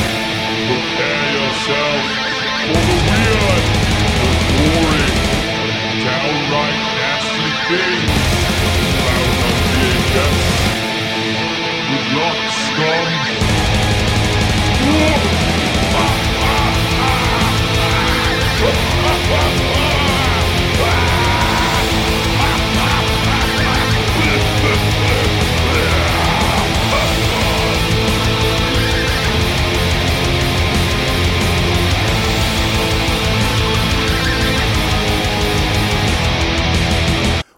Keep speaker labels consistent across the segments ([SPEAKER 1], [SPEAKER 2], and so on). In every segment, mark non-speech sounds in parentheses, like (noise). [SPEAKER 1] Prepare yourself for the weird, the boring, and downright nasty things found on VHS. Good luck, scum.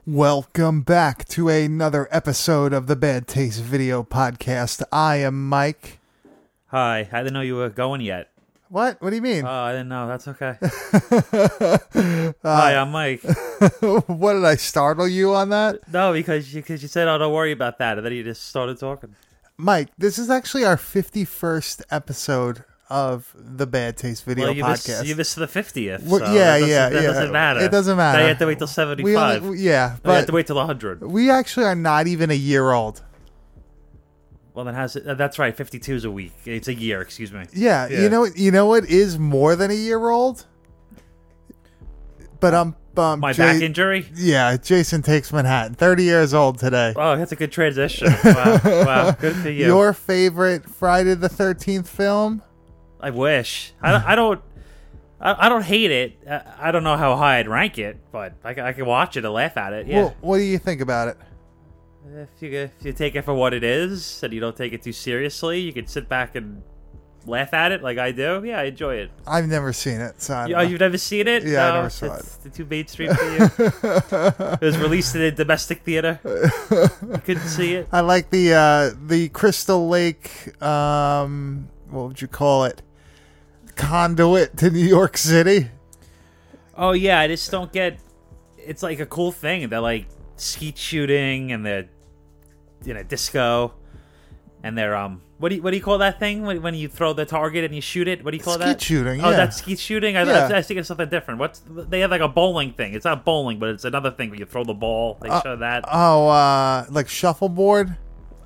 [SPEAKER 2] Welcome back to another episode of the Bad Taste Video Podcast. I am Mike.
[SPEAKER 3] Hi, I didn't know you were going yet.
[SPEAKER 2] What? What do you mean?
[SPEAKER 3] Oh, I didn't know. That's
[SPEAKER 2] (laughs)
[SPEAKER 3] okay.
[SPEAKER 2] Ah.
[SPEAKER 3] Hi, I'm Mike. Uh,
[SPEAKER 2] (laughs) what did I startle you on that?
[SPEAKER 3] No, because you, because you said, "Oh, don't worry about that," and then you just started talking.
[SPEAKER 2] Mike, this is actually our 51st episode of the Bad Taste Video
[SPEAKER 3] you
[SPEAKER 2] Podcast.
[SPEAKER 3] missed you missed the fiftieth.
[SPEAKER 2] Well,
[SPEAKER 3] so
[SPEAKER 2] yeah,
[SPEAKER 3] that doesn't-
[SPEAKER 2] yeah,
[SPEAKER 3] that
[SPEAKER 2] yeah.
[SPEAKER 3] doesn't matter.
[SPEAKER 2] It doesn't matter.
[SPEAKER 3] Now you have to wait till
[SPEAKER 2] we only-
[SPEAKER 3] seventy-five.
[SPEAKER 2] yeah,
[SPEAKER 3] Now you have
[SPEAKER 2] but
[SPEAKER 3] to wait till hundred.
[SPEAKER 2] we actually are not even a year old.
[SPEAKER 3] Well, then how's it? uh, That's right. Fifty-two is a week. It's a year. Excuse me.
[SPEAKER 2] Yeah, you
[SPEAKER 3] Yeah.
[SPEAKER 2] know what? You know what is more than a year old? But I'm um,
[SPEAKER 3] My
[SPEAKER 2] Ja-
[SPEAKER 3] back injury.
[SPEAKER 2] Yeah, Jason takes Manhattan. 30 years old today.
[SPEAKER 3] Oh, that's a good transition. Wow, wow.
[SPEAKER 2] (laughs)
[SPEAKER 3] good for you.
[SPEAKER 2] Your favorite Friday the 13th film?
[SPEAKER 3] I wish. I, don't- I don't. I I don't hate it. I, I don't know how high I'd rank it, but I, ca- I can watch it and laugh at it. Yeah.
[SPEAKER 2] Well, what do you think about it?
[SPEAKER 3] If you if you take it for what it is and you don't take it too seriously, you can sit back and laugh at it like I do. Yeah, I enjoy it.
[SPEAKER 2] I've never seen it, so I
[SPEAKER 3] You-
[SPEAKER 2] don't
[SPEAKER 3] oh,
[SPEAKER 2] know.
[SPEAKER 3] you've never seen it?
[SPEAKER 2] Yeah, I
[SPEAKER 3] no,
[SPEAKER 2] never saw
[SPEAKER 3] it's it. Too mainstream for you.
[SPEAKER 2] (laughs)
[SPEAKER 3] it was released in a domestic theater. You couldn't see it.
[SPEAKER 2] I like the uh, the Crystal Lake um what would you call it? Conduit to New York City.
[SPEAKER 3] Oh yeah, I just don't get. It's like a cool thing. They're like skeet shooting and they're in a disco and they're um. What do you what do you call that thing when, when you throw the target and you shoot it? What do you call
[SPEAKER 2] Skeet
[SPEAKER 3] that?
[SPEAKER 2] shooting,
[SPEAKER 3] Oh,
[SPEAKER 2] yeah.
[SPEAKER 3] that's skeet shooting. I,
[SPEAKER 2] Yeah.
[SPEAKER 3] I, I think it's something different. What's they have like a bowling thing? It's not bowling, but it's another thing where you throw the ball. They show that
[SPEAKER 2] Oh, uh like shuffleboard?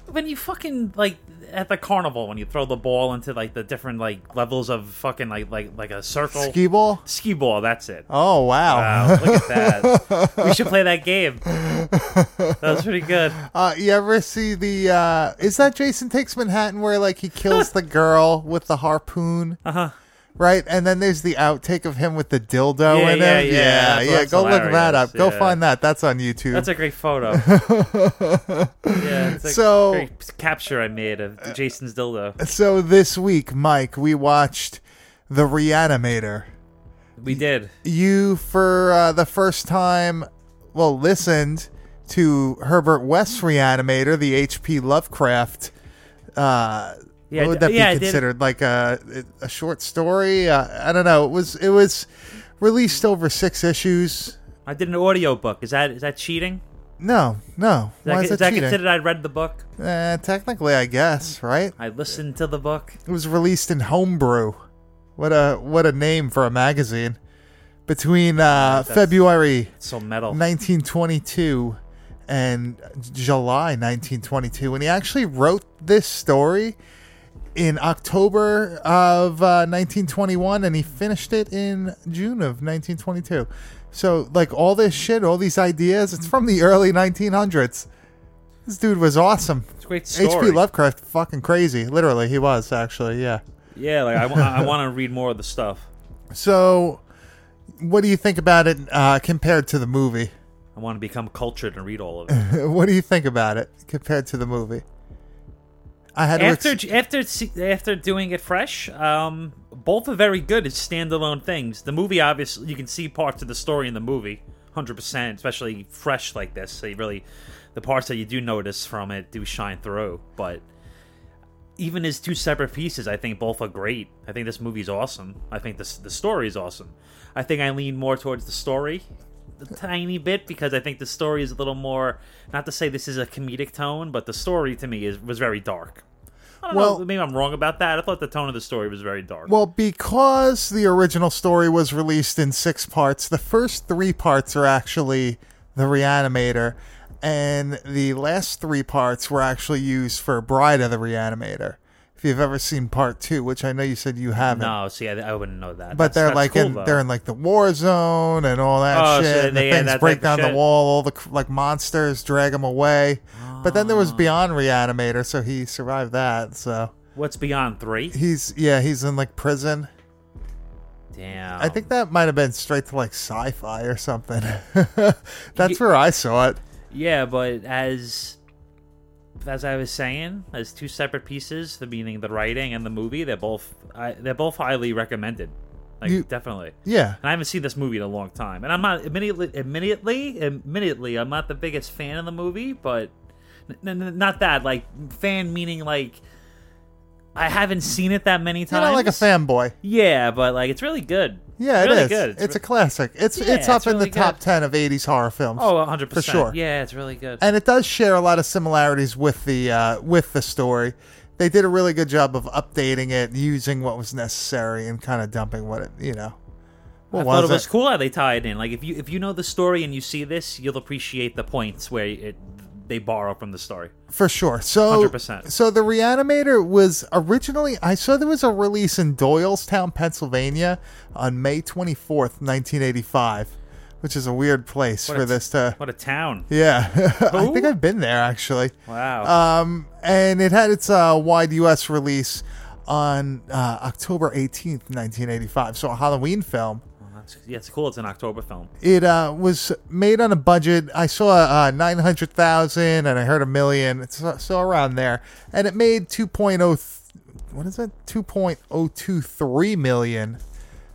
[SPEAKER 3] when you fucking like at the carnival when you throw the ball into like the different like levels of fucking like like like a circle
[SPEAKER 2] Ski ball?
[SPEAKER 3] Ski ball. That's it.
[SPEAKER 2] Oh wow.
[SPEAKER 3] Oh. Wow, look at that.
[SPEAKER 2] (laughs)
[SPEAKER 3] we should play that game. That was pretty good.
[SPEAKER 2] Uh you ever see the uh is that Jason Takes Manhattan where like he
[SPEAKER 3] (laughs)
[SPEAKER 2] kills the girl with the harpoon?
[SPEAKER 3] Uh-huh.
[SPEAKER 2] Right? And then there's the outtake of him with the dildo
[SPEAKER 3] Yeah,
[SPEAKER 2] in
[SPEAKER 3] yeah,
[SPEAKER 2] him.
[SPEAKER 3] yeah.
[SPEAKER 2] yeah.
[SPEAKER 3] That's
[SPEAKER 2] yeah. Go look that
[SPEAKER 3] hilarious,
[SPEAKER 2] up. Go
[SPEAKER 3] yeah.
[SPEAKER 2] find that. That's on YouTube.
[SPEAKER 3] That's a great photo. yeah, it's a
[SPEAKER 2] So- uh,
[SPEAKER 3] great capture I made of Jason's dildo.
[SPEAKER 2] so this week, Mike, we watched The Reanimator.
[SPEAKER 3] We did.
[SPEAKER 2] You, for uh, the first time, well, listened to Herbert West's Reanimator, the H.P. Lovecraft. Uh,
[SPEAKER 3] Yeah,
[SPEAKER 2] what
[SPEAKER 3] I
[SPEAKER 2] would
[SPEAKER 3] d-
[SPEAKER 2] that be
[SPEAKER 3] yeah, I did-
[SPEAKER 2] considered? Like a a short story? Uh, I don't know. It was it was released over six issues.
[SPEAKER 3] I did an audio book. Is that is that cheating?
[SPEAKER 2] No, no.
[SPEAKER 3] Is that,
[SPEAKER 2] Why
[SPEAKER 3] is
[SPEAKER 2] is that
[SPEAKER 3] that
[SPEAKER 2] cheating?
[SPEAKER 3] considered I read the book?
[SPEAKER 2] Uh, technically, I guess, right?
[SPEAKER 3] I listened to the book.
[SPEAKER 2] It was released in Homebrew. What a what a name for a magazine. Between uh, February
[SPEAKER 3] It's so metal.
[SPEAKER 2] 1922 and July 1922, and he actually wrote this story in October of uh, 1921, and he finished it in June of 1922. So, like all this shit, all these ideas, it's from the early 1900s. This dude was awesome.
[SPEAKER 3] It's a great story.
[SPEAKER 2] H.P. Lovecraft, fucking crazy. Literally, he was actually, yeah.
[SPEAKER 3] yeah, like I, wa- I want to read more of the stuff.
[SPEAKER 2] So, what do you think about it uh, compared to the movie?
[SPEAKER 3] I want to become cultured and read all of it.
[SPEAKER 2] what do you think about it compared to the movie? I had
[SPEAKER 3] after
[SPEAKER 2] to ex-
[SPEAKER 3] after se- after doing it fresh, um, both are very good as standalone things. The movie, obviously, you can see parts of the story in the movie, hundred percent, especially fresh like this. So you really, the parts that you do notice from it do shine through. But even as two separate pieces, I think both are great. I think this movie's awesome. I think this the story is awesome. I think I lean more towards the story a tiny bit because I think the story is a little more. Not to say this is a comedic tone, but the story to me is was very dark. I don't
[SPEAKER 2] Well-
[SPEAKER 3] know. Maybe I'm wrong about that. I thought the tone of the story was very dark.
[SPEAKER 2] well, because the original story was released in six parts, the first three parts are actually the Reanimator, and the last three parts were actually used for Bride of the Reanimator. If you've ever seen part two, which I know you said you haven't,
[SPEAKER 3] No, see, I, I wouldn't know that.
[SPEAKER 2] but
[SPEAKER 3] That's-
[SPEAKER 2] they're
[SPEAKER 3] that's
[SPEAKER 2] like
[SPEAKER 3] cool,
[SPEAKER 2] in
[SPEAKER 3] though.
[SPEAKER 2] they're in like the war zone and all that
[SPEAKER 3] Oh, so
[SPEAKER 2] shit. and
[SPEAKER 3] they-
[SPEAKER 2] the
[SPEAKER 3] yeah,
[SPEAKER 2] things
[SPEAKER 3] that
[SPEAKER 2] break
[SPEAKER 3] type
[SPEAKER 2] down
[SPEAKER 3] of
[SPEAKER 2] the
[SPEAKER 3] shit.
[SPEAKER 2] wall, all the cr- like monsters drag him away. But then there was
[SPEAKER 3] Ah.
[SPEAKER 2] Beyond Reanimator, so he survived that. So
[SPEAKER 3] What's beyond three?
[SPEAKER 2] he's yeah, he's in like prison.
[SPEAKER 3] Damn.
[SPEAKER 2] I think that might have been straight to like sci-fi or something. (laughs) That's where I saw it.
[SPEAKER 3] Yeah, but as as I was saying, as two separate pieces, the meaning, the writing, and the movie, they're both I, they're both highly recommended. Like
[SPEAKER 2] You-
[SPEAKER 3] definitely.
[SPEAKER 2] Yeah,
[SPEAKER 3] And I haven't seen this movie in a long time. And I'm not immediately, immediately, immediately. I'm not the biggest fan of the movie, but n- n- not that like fan meaning like I haven't seen it that many
[SPEAKER 2] you're
[SPEAKER 3] times.
[SPEAKER 2] not like a fanboy.
[SPEAKER 3] Yeah, but like it's really good.
[SPEAKER 2] Yeah,
[SPEAKER 3] really
[SPEAKER 2] it is.
[SPEAKER 3] Good.
[SPEAKER 2] It's, a classic. It's
[SPEAKER 3] Yeah,
[SPEAKER 2] it's up
[SPEAKER 3] it's
[SPEAKER 2] in
[SPEAKER 3] really
[SPEAKER 2] the top
[SPEAKER 3] good.
[SPEAKER 2] ten of '80s horror films.
[SPEAKER 3] oh, 100
[SPEAKER 2] for sure.
[SPEAKER 3] Yeah, it's really good.
[SPEAKER 2] and it does share a lot of similarities with the uh, with the story. They did a really good job of updating it, using what was necessary, and kind of dumping what it you know. What
[SPEAKER 3] I thought it was cool how they tie it in. Like if you if you know the story and you see this, you'll appreciate the points where it they borrow from the story.
[SPEAKER 2] for sure. So
[SPEAKER 3] 100%.
[SPEAKER 2] so the Reanimator was originally I saw there was a release in Doylestown, Pennsylvania, on May twenty fourth, nineteen eighty five, which is a weird place for
[SPEAKER 3] a-
[SPEAKER 2] this to.
[SPEAKER 3] What a town!
[SPEAKER 2] Yeah, (laughs) I
[SPEAKER 3] Who?
[SPEAKER 2] think I've been there actually.
[SPEAKER 3] Wow.
[SPEAKER 2] Um, and it had its uh, wide U.S. release on uh, October 18th, 1985. So a Halloween film.
[SPEAKER 3] Well, that's, yeah, it's cool. It's an October film.
[SPEAKER 2] It uh, was made on a budget. I saw uh, 900,000 and I heard a million. It's uh, so around there. And it made 2.0 what is it? 2.023 million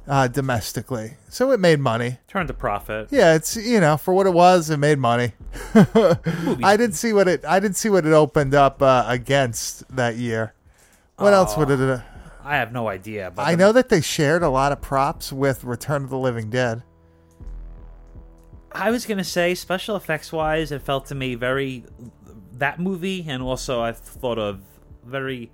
[SPEAKER 2] uh, domestically. So it made money.
[SPEAKER 3] Turn to profit.
[SPEAKER 2] Yeah, it's you know for what it was, it made money. (laughs) I didn't see what it. I didn't see what it opened up uh, against that year. What else would it? Uh,
[SPEAKER 3] I have no idea. But
[SPEAKER 2] I know that they shared a lot of props with Return of the Living Dead.
[SPEAKER 3] I was gonna say special effects wise, it felt to me very that movie, and also I thought of very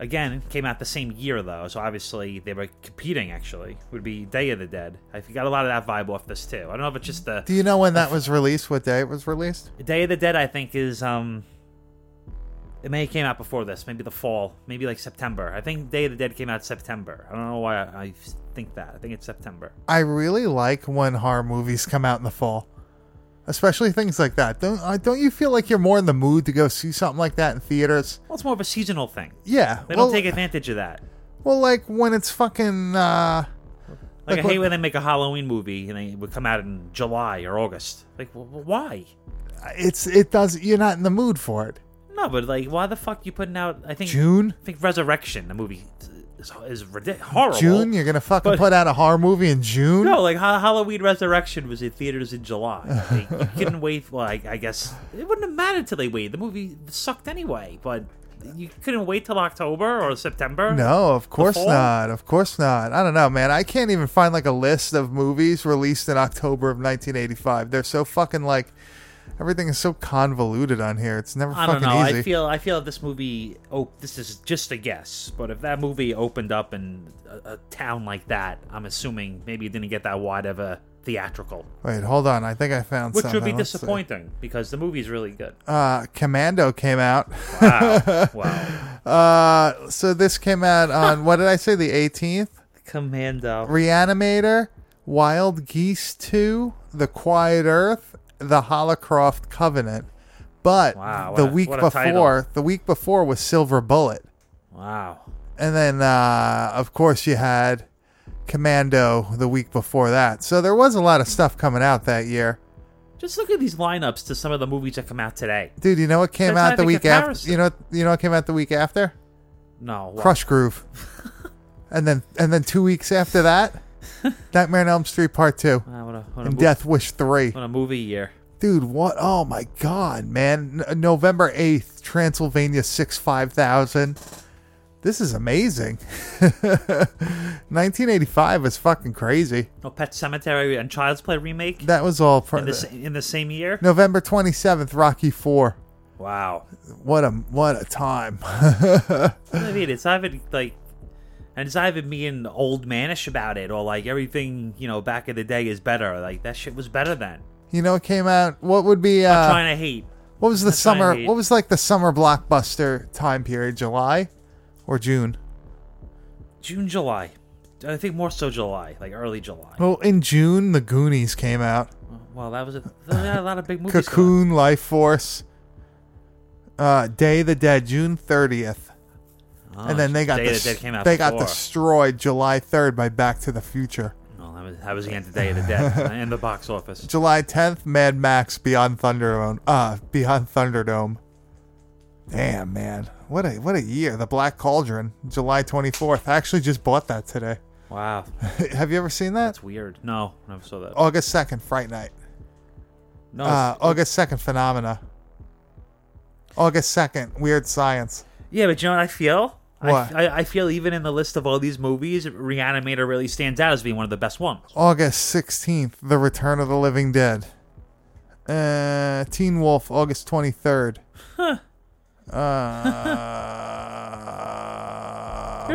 [SPEAKER 3] again it came out the same year though, so obviously they were competing. Actually, would be Day of the Dead. I got a lot of that vibe off this too. I don't know if it's just the
[SPEAKER 2] Do you know when that was released? What day it was released?
[SPEAKER 3] Day of the Dead, I think, is um. It may have came out before this, maybe the fall, maybe like September. I think Day of the Dead came out September. I don't know why I, I think that. I think it's September.
[SPEAKER 2] I really like when horror movies come out in the fall, especially things like that. Don't uh, don't you feel like you're more in the mood to go see something like that in theaters?
[SPEAKER 3] Well, it's more of a seasonal thing.
[SPEAKER 2] Yeah,
[SPEAKER 3] They
[SPEAKER 2] well,
[SPEAKER 3] don't take advantage of that.
[SPEAKER 2] well, like when it's fucking. Uh,
[SPEAKER 3] Like,
[SPEAKER 2] Like
[SPEAKER 3] I hate
[SPEAKER 2] what-
[SPEAKER 3] when they make a Halloween movie and they would come out in July or August. Like, wh- wh- why?
[SPEAKER 2] it's it does. You're not in the mood for it.
[SPEAKER 3] No, but like, why the fuck you putting out? I think
[SPEAKER 2] June.
[SPEAKER 3] I think Resurrection, the movie, is, is ridic- horrible.
[SPEAKER 2] June, you're gonna fucking
[SPEAKER 3] But-
[SPEAKER 2] put out a horror movie in June.
[SPEAKER 3] No, like Ha- Halloween Resurrection was in theaters in July.
[SPEAKER 2] (laughs)
[SPEAKER 3] Like, you couldn't wait. Well, I, I guess it wouldn't have mattered till they waited. The movie sucked anyway, but you couldn't wait till October or September.
[SPEAKER 2] No, of course
[SPEAKER 3] fall?
[SPEAKER 2] not. Of course not. I don't know, man. I can't even find like a list of movies released in October of 1985. They're so fucking like everything is so convoluted on here. It's never
[SPEAKER 3] I don't
[SPEAKER 2] fucking
[SPEAKER 3] know.
[SPEAKER 2] easy.
[SPEAKER 3] I feel I feel this movie. Oh, this is just a guess, but if that movie opened up in a, a town like that, I'm assuming maybe it didn't get that wide of a theatrical,
[SPEAKER 2] Wait, hold on. I think I found
[SPEAKER 3] which
[SPEAKER 2] something.
[SPEAKER 3] would be
[SPEAKER 2] Let's see.
[SPEAKER 3] disappointing because the movie's really
[SPEAKER 2] (laughs)
[SPEAKER 3] good.
[SPEAKER 2] Uh, Commando came out.
[SPEAKER 3] Wow, wow.
[SPEAKER 2] Uh, so this came out on what did I say? The 18th.
[SPEAKER 3] Commando.
[SPEAKER 2] Reanimator, Wild Geese 2, The Quiet Earth, The Holocroft Covenant. But
[SPEAKER 3] Wow, what
[SPEAKER 2] the
[SPEAKER 3] a-
[SPEAKER 2] week
[SPEAKER 3] what a
[SPEAKER 2] before,
[SPEAKER 3] title.
[SPEAKER 2] the week before was Silver Bullet.
[SPEAKER 3] Wow.
[SPEAKER 2] And then uh, of course you had Commando the week before that. So there was a lot of stuff coming out that year.
[SPEAKER 3] Just look at these lineups to some of the movies that come out today.
[SPEAKER 2] Dude, you know what came
[SPEAKER 3] That's not
[SPEAKER 2] out the
[SPEAKER 3] a
[SPEAKER 2] week after?
[SPEAKER 3] comparison.
[SPEAKER 2] You know you know what came out the week after?
[SPEAKER 3] No, wow.
[SPEAKER 2] Crush
[SPEAKER 3] (laughs)
[SPEAKER 2] Groove. and then and then 2 weeks after that, Nightmare on Elm Street Part 2
[SPEAKER 3] Ah, what a, what a
[SPEAKER 2] and
[SPEAKER 3] mov-
[SPEAKER 2] Death Wish 3.
[SPEAKER 3] what a movie year.
[SPEAKER 2] Dude, what? Oh my God, man! N- November eighth, Transylvania six five thousand. This is amazing. (laughs) Nineteen eighty five was fucking crazy.
[SPEAKER 3] No Pet Cemetery and Child's Play remake
[SPEAKER 2] That was all. Pr-
[SPEAKER 3] in the sa- in the same year.
[SPEAKER 2] November twenty seventh, Rocky four.
[SPEAKER 3] Wow.
[SPEAKER 2] What a what a time. (laughs)
[SPEAKER 3] I mean, it's not even like, and it's not even being old manish about it or like everything you know back in the day is better. Like that shit was better then.
[SPEAKER 2] You know, it came out. What would be? Uh,
[SPEAKER 3] trying to hate.
[SPEAKER 2] what was the
[SPEAKER 3] trying to
[SPEAKER 2] summer?
[SPEAKER 3] hate.
[SPEAKER 2] What was like the summer blockbuster time period? July or June?
[SPEAKER 3] June, July. I think more so July, like early July.
[SPEAKER 2] Well, in June, The Goonies came out.
[SPEAKER 3] Well, that was a, there were a lot of big movies. going on.
[SPEAKER 2] Cocoon, Life Force, uh, Day of the Dead, June thirtieth,
[SPEAKER 3] Oh,
[SPEAKER 2] and then they got
[SPEAKER 3] Day of
[SPEAKER 2] des-
[SPEAKER 3] the Dead came out.
[SPEAKER 2] they got
[SPEAKER 3] before.
[SPEAKER 2] destroyed July third by Back to the Future.
[SPEAKER 3] Well, that was that was the end of Day of the Dead (laughs) in the box office.
[SPEAKER 2] July 10th, Mad Max Beyond Thunderdome. Uh, Beyond Thunderdome. Damn, man. What a what a year. The Black Cauldron, July 24th. I actually just bought that today. (laughs)
[SPEAKER 3] Wow,
[SPEAKER 2] Have you ever seen that?
[SPEAKER 3] that's weird. No, never saw that.
[SPEAKER 2] August 2nd, Fright Night.
[SPEAKER 3] no,
[SPEAKER 2] Oh, Uh, August 2nd, Phenomena. August 2nd, Weird Science.
[SPEAKER 3] yeah, but you know what I feel? I-
[SPEAKER 2] What?
[SPEAKER 3] I, I feel even in the list of all these movies, Reanimator really stands out as being one of the best ones.
[SPEAKER 2] August 16th, The Return of the Living Dead. Uh, Teen Wolf, August 23rd.
[SPEAKER 3] (laughs)
[SPEAKER 2] Uh,
[SPEAKER 3] You're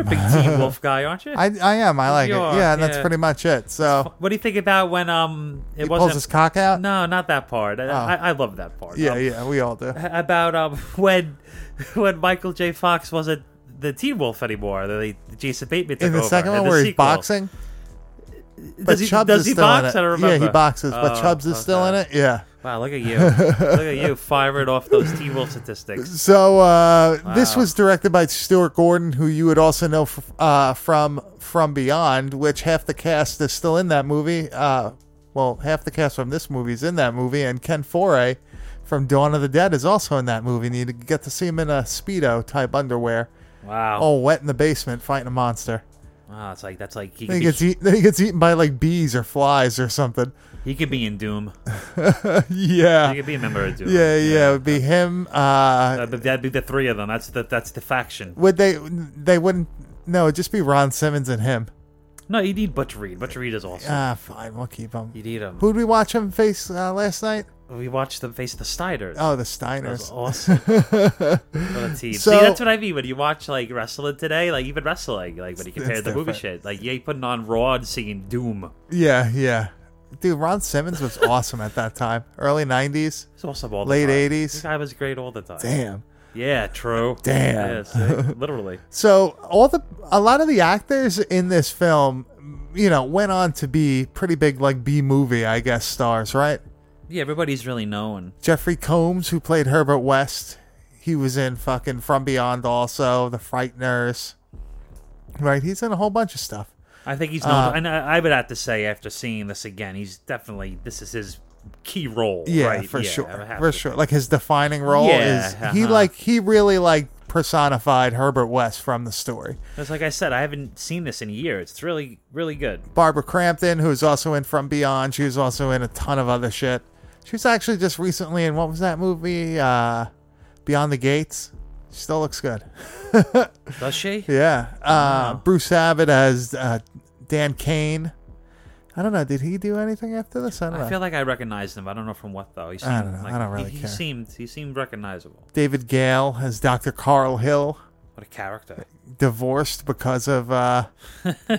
[SPEAKER 2] (laughs)
[SPEAKER 3] a big Teen Wolf guy, aren't you?
[SPEAKER 2] I, I am. I like it.
[SPEAKER 3] You are,
[SPEAKER 2] Yeah, and that's
[SPEAKER 3] yeah.
[SPEAKER 2] pretty much it. So
[SPEAKER 3] what do you think about when um it
[SPEAKER 2] he
[SPEAKER 3] wasn't?
[SPEAKER 2] pulls his cock out.
[SPEAKER 3] no, not that part. I, I, I love that part.
[SPEAKER 2] Yeah,
[SPEAKER 3] Um,
[SPEAKER 2] yeah, we all do.
[SPEAKER 3] about um (laughs) when when Michael J. Fox wasn't the Teen Wolf anymore. The, the Jason Bateman took
[SPEAKER 2] In the
[SPEAKER 3] over,
[SPEAKER 2] second
[SPEAKER 3] and
[SPEAKER 2] one
[SPEAKER 3] the
[SPEAKER 2] where he's
[SPEAKER 3] sequel.
[SPEAKER 2] boxing,
[SPEAKER 3] Does
[SPEAKER 2] but
[SPEAKER 3] he,
[SPEAKER 2] Chubbs
[SPEAKER 3] does
[SPEAKER 2] is
[SPEAKER 3] he
[SPEAKER 2] still
[SPEAKER 3] box?
[SPEAKER 2] in
[SPEAKER 3] I don't
[SPEAKER 2] it.
[SPEAKER 3] remember.
[SPEAKER 2] Yeah, he boxes, but
[SPEAKER 3] Oh,
[SPEAKER 2] Chubbs is still
[SPEAKER 3] okay.
[SPEAKER 2] in it. Yeah.
[SPEAKER 3] Wow, look at you! look at you firing off those Teen
[SPEAKER 2] (laughs)
[SPEAKER 3] Wolf statistics.
[SPEAKER 2] So uh, this
[SPEAKER 3] Wow.
[SPEAKER 2] was directed by Stuart Gordon, who you would also know f- uh, from From Beyond, which half the cast is still in that movie. Uh, well, half the cast from this movie is in that movie, and Ken Foray from Dawn of the Dead is also in that movie. And you get to see him in a speedo type underwear,
[SPEAKER 3] Wow.
[SPEAKER 2] all wet in the basement fighting a monster.
[SPEAKER 3] Wow, it's like that's like he
[SPEAKER 2] Then
[SPEAKER 3] could,
[SPEAKER 2] he
[SPEAKER 3] be,
[SPEAKER 2] gets eat- then he gets eaten by like bees or flies or
[SPEAKER 3] (laughs)
[SPEAKER 2] something.
[SPEAKER 3] he could be in Doom. He
[SPEAKER 2] yeah.
[SPEAKER 3] could be a member of Doom.
[SPEAKER 2] Yeah, yeah, it would be him. Uh,
[SPEAKER 3] That'd be, that'd be the three of them. That's the that's the faction.
[SPEAKER 2] would they? They wouldn't. No, it'd just be Ron Simmons and him.
[SPEAKER 3] No, you need Butch Reed. Butch Reed is awesome.
[SPEAKER 2] Ah, fine. We'll keep him.
[SPEAKER 3] you need him.
[SPEAKER 2] Who'd we watch him face uh, last night?
[SPEAKER 3] We watched them face the Steiners.
[SPEAKER 2] Oh, the
[SPEAKER 3] That was
[SPEAKER 2] Steiners. (laughs)
[SPEAKER 3] awesome. what a team.
[SPEAKER 2] So-
[SPEAKER 3] See, that's what I mean. When you watch like wrestling today, like even wrestling, like when you compare
[SPEAKER 2] It's
[SPEAKER 3] the movie
[SPEAKER 2] different.
[SPEAKER 3] shit, like yeah, you putting on Raw and seeing Doom.
[SPEAKER 2] Yeah, yeah. Dude, Ron Simmons was awesome at that time. Early 90s.
[SPEAKER 3] It's awesome all the
[SPEAKER 2] Late 80s.
[SPEAKER 3] time. This guy was great all the time.
[SPEAKER 2] Damn.
[SPEAKER 3] Yeah, true.
[SPEAKER 2] Damn. (laughs)
[SPEAKER 3] Yeah, see? literally.
[SPEAKER 2] So all the a lot of the actors in this film, you know, went on to be pretty big like B movie, I guess, stars, right?
[SPEAKER 3] Yeah, everybody's really known.
[SPEAKER 2] Jeffrey Combs, who played Herbert West, he was in fucking From Beyond also, The Frighteners. Right? He's in a whole bunch of stuff.
[SPEAKER 3] I think he's
[SPEAKER 2] Um,
[SPEAKER 3] known. and I, I would have to say, after seeing this again, he's definitely this is his key role.
[SPEAKER 2] Yeah,
[SPEAKER 3] right?
[SPEAKER 2] for
[SPEAKER 3] Yeah, I would
[SPEAKER 2] sure.
[SPEAKER 3] have
[SPEAKER 2] For
[SPEAKER 3] to-
[SPEAKER 2] sure. Like his defining role
[SPEAKER 3] Yeah,
[SPEAKER 2] is he
[SPEAKER 3] uh-huh.
[SPEAKER 2] like he really like personified Herbert West from the story.
[SPEAKER 3] It's like I said, I haven't seen this in years. It's really, really good.
[SPEAKER 2] Barbara Crampton, who is also in From Beyond, she was also in a ton of other shit. She was actually just recently in what was that movie? Uh Beyond the Gates. She still looks good.
[SPEAKER 3] (laughs) Does she?
[SPEAKER 2] Yeah. Uh
[SPEAKER 3] Uh-huh.
[SPEAKER 2] Bruce Abbott as uh, Dan Kane. I don't know, did he do anything after this? I don't know.
[SPEAKER 3] I feel like I recognized him. I don't know from what though. He seemed,
[SPEAKER 2] I don't know.
[SPEAKER 3] Like,
[SPEAKER 2] I don't really
[SPEAKER 3] he,
[SPEAKER 2] care.
[SPEAKER 3] He seemed he seemed recognizable.
[SPEAKER 2] David Gale as Dr. Carl Hill.
[SPEAKER 3] What a character.
[SPEAKER 2] divorced because of
[SPEAKER 3] (laughs)
[SPEAKER 2] uh,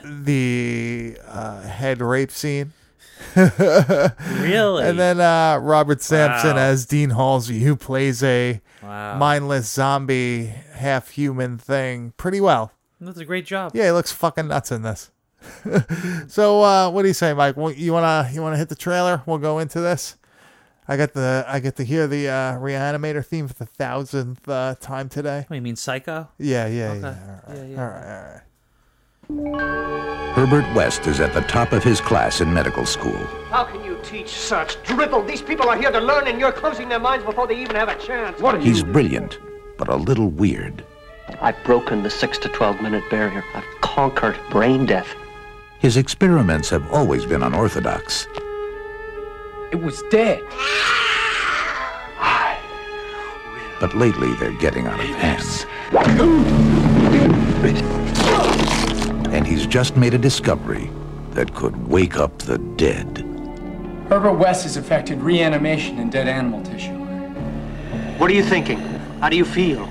[SPEAKER 2] the uh, head rape scene.
[SPEAKER 3] Really?
[SPEAKER 2] (laughs) And then uh, Robert Sampson
[SPEAKER 3] Wow.
[SPEAKER 2] as Dean Halsey, who plays a
[SPEAKER 3] wow.
[SPEAKER 2] mindless zombie, half human thing pretty well.
[SPEAKER 3] That's a great job.
[SPEAKER 2] Yeah, he looks fucking nuts in this. (laughs) so uh, what do you say, Mike? Well, You wanna you wanna hit the trailer? We'll go into this. I got the I get to hear the uh, reanimator theme for the thousandth uh, time today.
[SPEAKER 3] What, you mean Psycho?
[SPEAKER 2] Yeah, yeah, yeah. All right,
[SPEAKER 3] Yeah, yeah.
[SPEAKER 2] all right, all right.
[SPEAKER 4] Herbert West is at the top of his class in medical school.
[SPEAKER 5] How can you teach such drivel? These people are here to learn, and you're closing their minds before they even have a chance. What are
[SPEAKER 4] He's brilliant, but a little weird.
[SPEAKER 6] I've broken the six to 12 minute barrier. I've conquered brain death.
[SPEAKER 4] His experiments have always been unorthodox.
[SPEAKER 7] It was dead.
[SPEAKER 4] But lately, they're getting out of hand. And he's just made a discovery that could wake up the dead.
[SPEAKER 7] Herbert West has affected reanimation in dead animal tissue.
[SPEAKER 6] What are you thinking? How do you feel?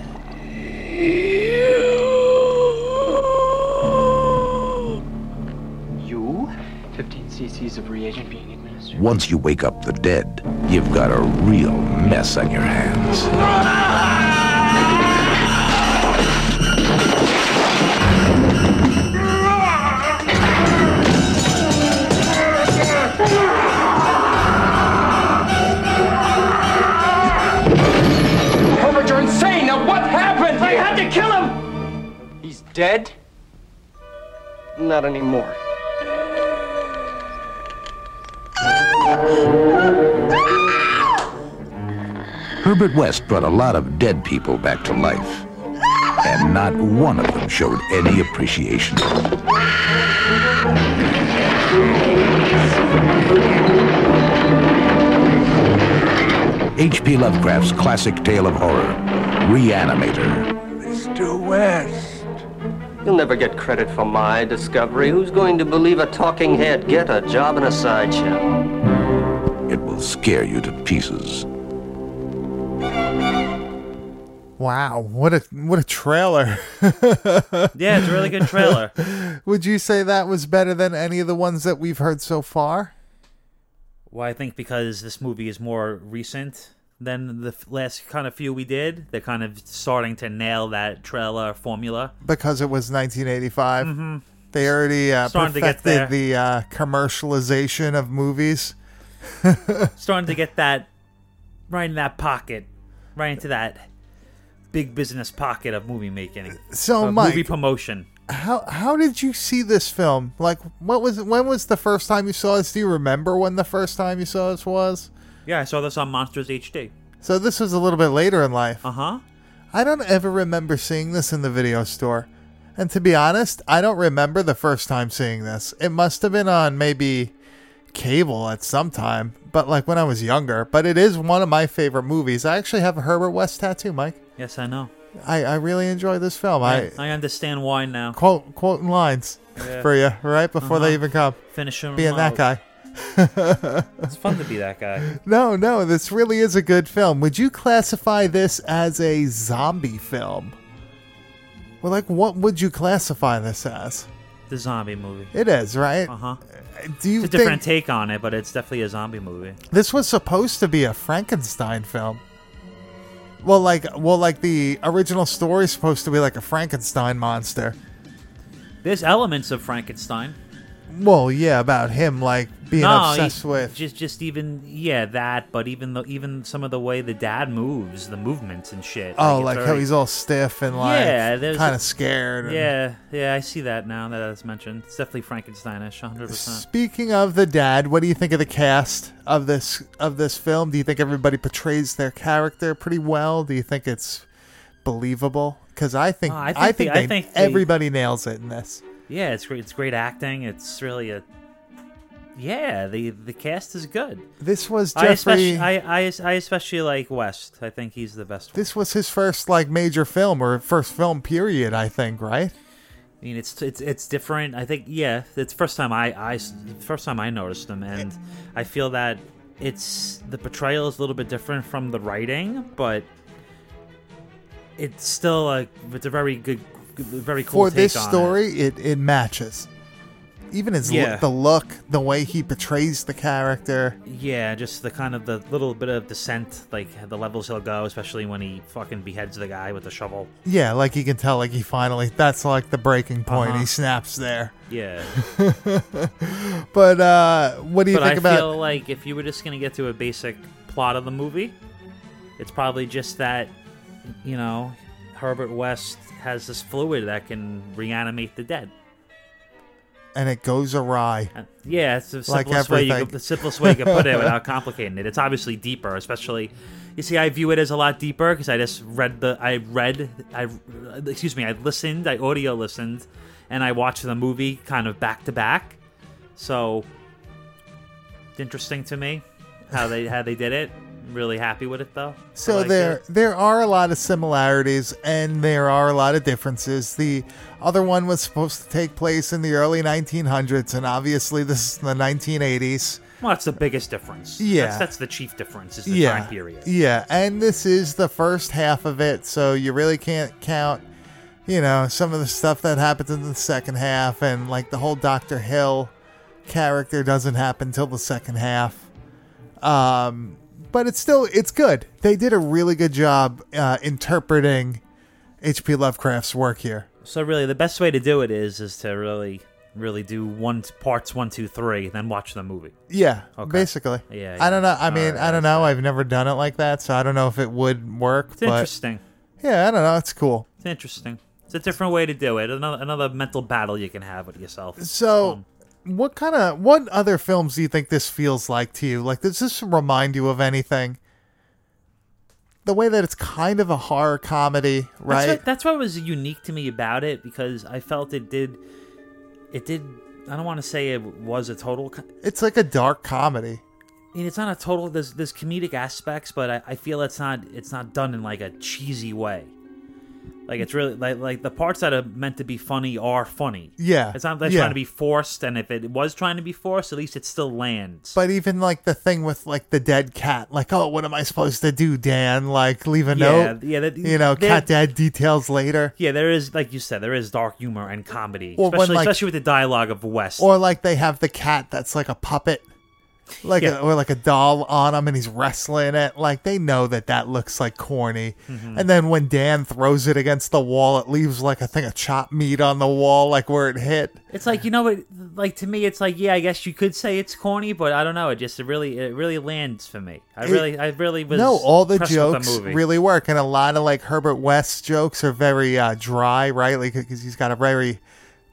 [SPEAKER 6] You?
[SPEAKER 8] 15 cc's of reagent being administered.
[SPEAKER 4] Once you wake up the dead, you've got a real mess on your hands.
[SPEAKER 7] Herbert, you're insane! Now what happened? I had to kill him!
[SPEAKER 5] He's dead? Not anymore.
[SPEAKER 4] Herbert West brought a lot of dead people back to life, and not one of them showed any appreciation. H.P. Lovecraft's classic tale of horror, Reanimator.
[SPEAKER 8] Mr. West.
[SPEAKER 6] You'll never get credit for my discovery. Who's going to believe a talking head? Get a job in a sideshow.
[SPEAKER 4] It will scare you to pieces.
[SPEAKER 2] Wow, what a what a trailer.
[SPEAKER 3] Yeah, it's a really good trailer.
[SPEAKER 2] (laughs) Would you say that was better than any of the ones that we've heard so far?
[SPEAKER 3] Well, I think because this movie is more recent than the f- last kind of few we did, they're kind of starting to nail that trailer formula.
[SPEAKER 2] Because it was 1985. They already uh,
[SPEAKER 3] Mm-hmm. Starting to
[SPEAKER 2] perfected
[SPEAKER 3] get there.
[SPEAKER 2] the uh, commercialization of movies.
[SPEAKER 3] Starting to
[SPEAKER 2] (laughs)
[SPEAKER 3] get that right in that pocket, right into that big business pocket of movie making,
[SPEAKER 2] Uh, So,
[SPEAKER 3] of
[SPEAKER 2] Mike,
[SPEAKER 3] Uh, movie promotion.
[SPEAKER 2] how how did you see this film? Like, what was when was the first time you saw this? Do you remember when the first time you saw this was?
[SPEAKER 3] Yeah, I saw this on Monsters HD.
[SPEAKER 2] So this was a little bit later in life.
[SPEAKER 3] Uh huh.
[SPEAKER 2] I don't ever remember seeing this in the video store. And to be honest, I don't remember the first time seeing this. It must have been on maybe cable at some time, but like when I was younger. But it is one of my favorite movies. I actually have a Herbert West tattoo, Mike.
[SPEAKER 3] Yes, I know.
[SPEAKER 2] I, I really enjoy this film.
[SPEAKER 3] I,
[SPEAKER 2] I
[SPEAKER 3] I understand why now.
[SPEAKER 2] quote quoting lines for you right before they even come.
[SPEAKER 3] Finishing
[SPEAKER 2] Being
[SPEAKER 3] him
[SPEAKER 2] that
[SPEAKER 3] out.
[SPEAKER 2] guy.
[SPEAKER 3] It's fun to be
[SPEAKER 2] (laughs)
[SPEAKER 3] that guy.
[SPEAKER 2] No, no, this really is a good film. Would you classify this as a zombie film? Well, like, what would you classify this as?
[SPEAKER 3] The zombie movie.
[SPEAKER 2] It is, right?
[SPEAKER 3] Uh huh.
[SPEAKER 2] Do you
[SPEAKER 3] It's a
[SPEAKER 2] think
[SPEAKER 3] different take on it, but it's definitely a zombie movie.
[SPEAKER 2] this was supposed to be a Frankenstein film? Well, like, well, like the original story is supposed to be like a Frankenstein monster.
[SPEAKER 3] There's elements of Frankenstein.
[SPEAKER 2] Well, yeah, about him like being
[SPEAKER 3] no,
[SPEAKER 2] obsessed
[SPEAKER 3] he-
[SPEAKER 2] with.
[SPEAKER 3] just just even yeah that, but even the even some of the way the dad moves, the movements and shit.
[SPEAKER 2] oh,
[SPEAKER 3] it's
[SPEAKER 2] like how
[SPEAKER 3] very-
[SPEAKER 2] he's all stiff and like
[SPEAKER 3] Yeah, there's
[SPEAKER 2] kind
[SPEAKER 3] a-
[SPEAKER 2] of scared. and-
[SPEAKER 3] Yeah, yeah, I see that now that it's mentioned. It's definitely Frankensteinish, 100. percent
[SPEAKER 2] Speaking of the dad, what do you think of the cast of this of this film? Do you think everybody portrays their character pretty well? Do you think it's believable? Because I think
[SPEAKER 3] Uh,
[SPEAKER 2] I
[SPEAKER 3] I
[SPEAKER 2] think,
[SPEAKER 3] think
[SPEAKER 2] they,
[SPEAKER 3] the- I think the-
[SPEAKER 2] everybody nails it in this.
[SPEAKER 3] Yeah, it's great. It's great acting. It's really a yeah. The the cast is good.
[SPEAKER 2] This was
[SPEAKER 3] I especially
[SPEAKER 2] Jeffrey.
[SPEAKER 3] I, I I especially like West. I think he's the best. one.
[SPEAKER 2] this was his first like major film or first film period. I think right.
[SPEAKER 3] I mean, it's it's it's different. I think yeah, it's first time I I s- first time I noticed them, and I feel that it's the portrayal is a little bit different from the writing, but it's still a it's a very good, very cool
[SPEAKER 2] For
[SPEAKER 3] take
[SPEAKER 2] this
[SPEAKER 3] on it.
[SPEAKER 2] story, it. it matches. Even his look-
[SPEAKER 3] Yeah.
[SPEAKER 2] the look, the way he portrays the character.
[SPEAKER 3] Yeah, just the kind of the little bit of descent, like the levels he'll go, especially when he fucking beheads the guy with the shovel.
[SPEAKER 2] Yeah, like you can tell, like he finally. That's like the breaking point.
[SPEAKER 3] Uh-huh.
[SPEAKER 2] He snaps there.
[SPEAKER 3] Yeah,
[SPEAKER 2] But uh, what do you
[SPEAKER 3] but
[SPEAKER 2] think
[SPEAKER 3] I
[SPEAKER 2] about?
[SPEAKER 3] feel like if you were just gonna get to a basic plot of the movie, it's probably just that you know Herbert West has this fluid that can reanimate the dead.
[SPEAKER 2] and it goes awry.
[SPEAKER 3] Uh, Yeah, it's the
[SPEAKER 2] Like
[SPEAKER 3] simplest way you
[SPEAKER 2] everything.
[SPEAKER 3] could, the simplest way you
[SPEAKER 2] (laughs)
[SPEAKER 3] could put it without complicating it. It's obviously deeper, especially. You see, I view it as a lot deeper because I just read the I read I excuse me I listened I audio listened, and I watched the movie kind of back to back, so it's interesting to me how they how they did it. really happy with it though. I
[SPEAKER 2] So
[SPEAKER 3] liked
[SPEAKER 2] there,
[SPEAKER 3] it.
[SPEAKER 2] there are a lot of similarities, and there are a lot of differences. The other one was supposed to take place in the early 1900s, and obviously this is the 1980s.
[SPEAKER 3] well, that's the biggest difference.
[SPEAKER 2] Yeah.
[SPEAKER 3] that's, that's the chief difference is the
[SPEAKER 2] yeah,
[SPEAKER 3] time period.
[SPEAKER 2] yeah, and this is the first half of it, so you really can't count, you know, some of the stuff that happens in the second half, and like the whole Doctor Hill character doesn't happen till the second half. Um, but it's still it's good. They did a really good job uh, interpreting H.P. Lovecraft's work here.
[SPEAKER 3] So really, the best way to do it is is to really, really do one parts one, two, three, and then watch the movie.
[SPEAKER 2] Yeah, basically.
[SPEAKER 3] Yeah,
[SPEAKER 2] I don't
[SPEAKER 3] yeah.
[SPEAKER 2] know. I mean,
[SPEAKER 3] Alright,
[SPEAKER 2] I don't know. I've never done it like that, so I don't know if it would work.
[SPEAKER 3] It's
[SPEAKER 2] But
[SPEAKER 3] interesting.
[SPEAKER 2] yeah, I don't know. It's cool.
[SPEAKER 3] It's interesting. It's a different way to do it. Another another mental battle you can have with yourself. Um,
[SPEAKER 2] So, what kind of what other films do you think this feels like to you? Like, does this remind you of anything? The way that it's kind of a horror comedy,
[SPEAKER 3] That's
[SPEAKER 2] right?
[SPEAKER 3] what, that's what was unique to me about it because I felt it did, it did. I don't want to say it was a total. co-
[SPEAKER 2] It's like a dark comedy.
[SPEAKER 3] I mean, it's not a total. There's there's comedic aspects, but I, I feel it's not it's not done in like a cheesy way. Like it's really like like the parts that are meant to be funny are funny.
[SPEAKER 2] Yeah,
[SPEAKER 3] it's not like
[SPEAKER 2] yeah.
[SPEAKER 3] trying to be forced. And if it was trying to be forced, at least it still lands.
[SPEAKER 2] But even like the thing with like the dead cat, like, oh, what am I supposed to do, Dan? Like, leave a
[SPEAKER 3] Yeah,
[SPEAKER 2] note.
[SPEAKER 3] yeah, that-
[SPEAKER 2] you know,
[SPEAKER 3] they're-
[SPEAKER 2] cat dad details later.
[SPEAKER 3] yeah, there is like you said, there is dark humor and comedy,
[SPEAKER 2] Or when,
[SPEAKER 3] especially
[SPEAKER 2] like-
[SPEAKER 3] especially with the dialogue of West.
[SPEAKER 2] Or like they have the cat that's like a puppet, like
[SPEAKER 3] Yeah.
[SPEAKER 2] a, or like a doll on him, and he's wrestling it. Like they know that that looks like corny.
[SPEAKER 3] Mm-hmm.
[SPEAKER 2] And then when Dan throws it against the wall, it leaves like a thing of chopped meat on the wall, like where it hit.
[SPEAKER 3] It's like you know what, like to me, it's like yeah, I guess you could say it's corny, but I don't know. It just it really it really lands for me. I really I really was
[SPEAKER 2] No, all the
[SPEAKER 3] impressed with
[SPEAKER 2] jokes
[SPEAKER 3] the movie.
[SPEAKER 2] really work, and a lot of like Herbert West's jokes are very uh, dry, right? Like because he's got a very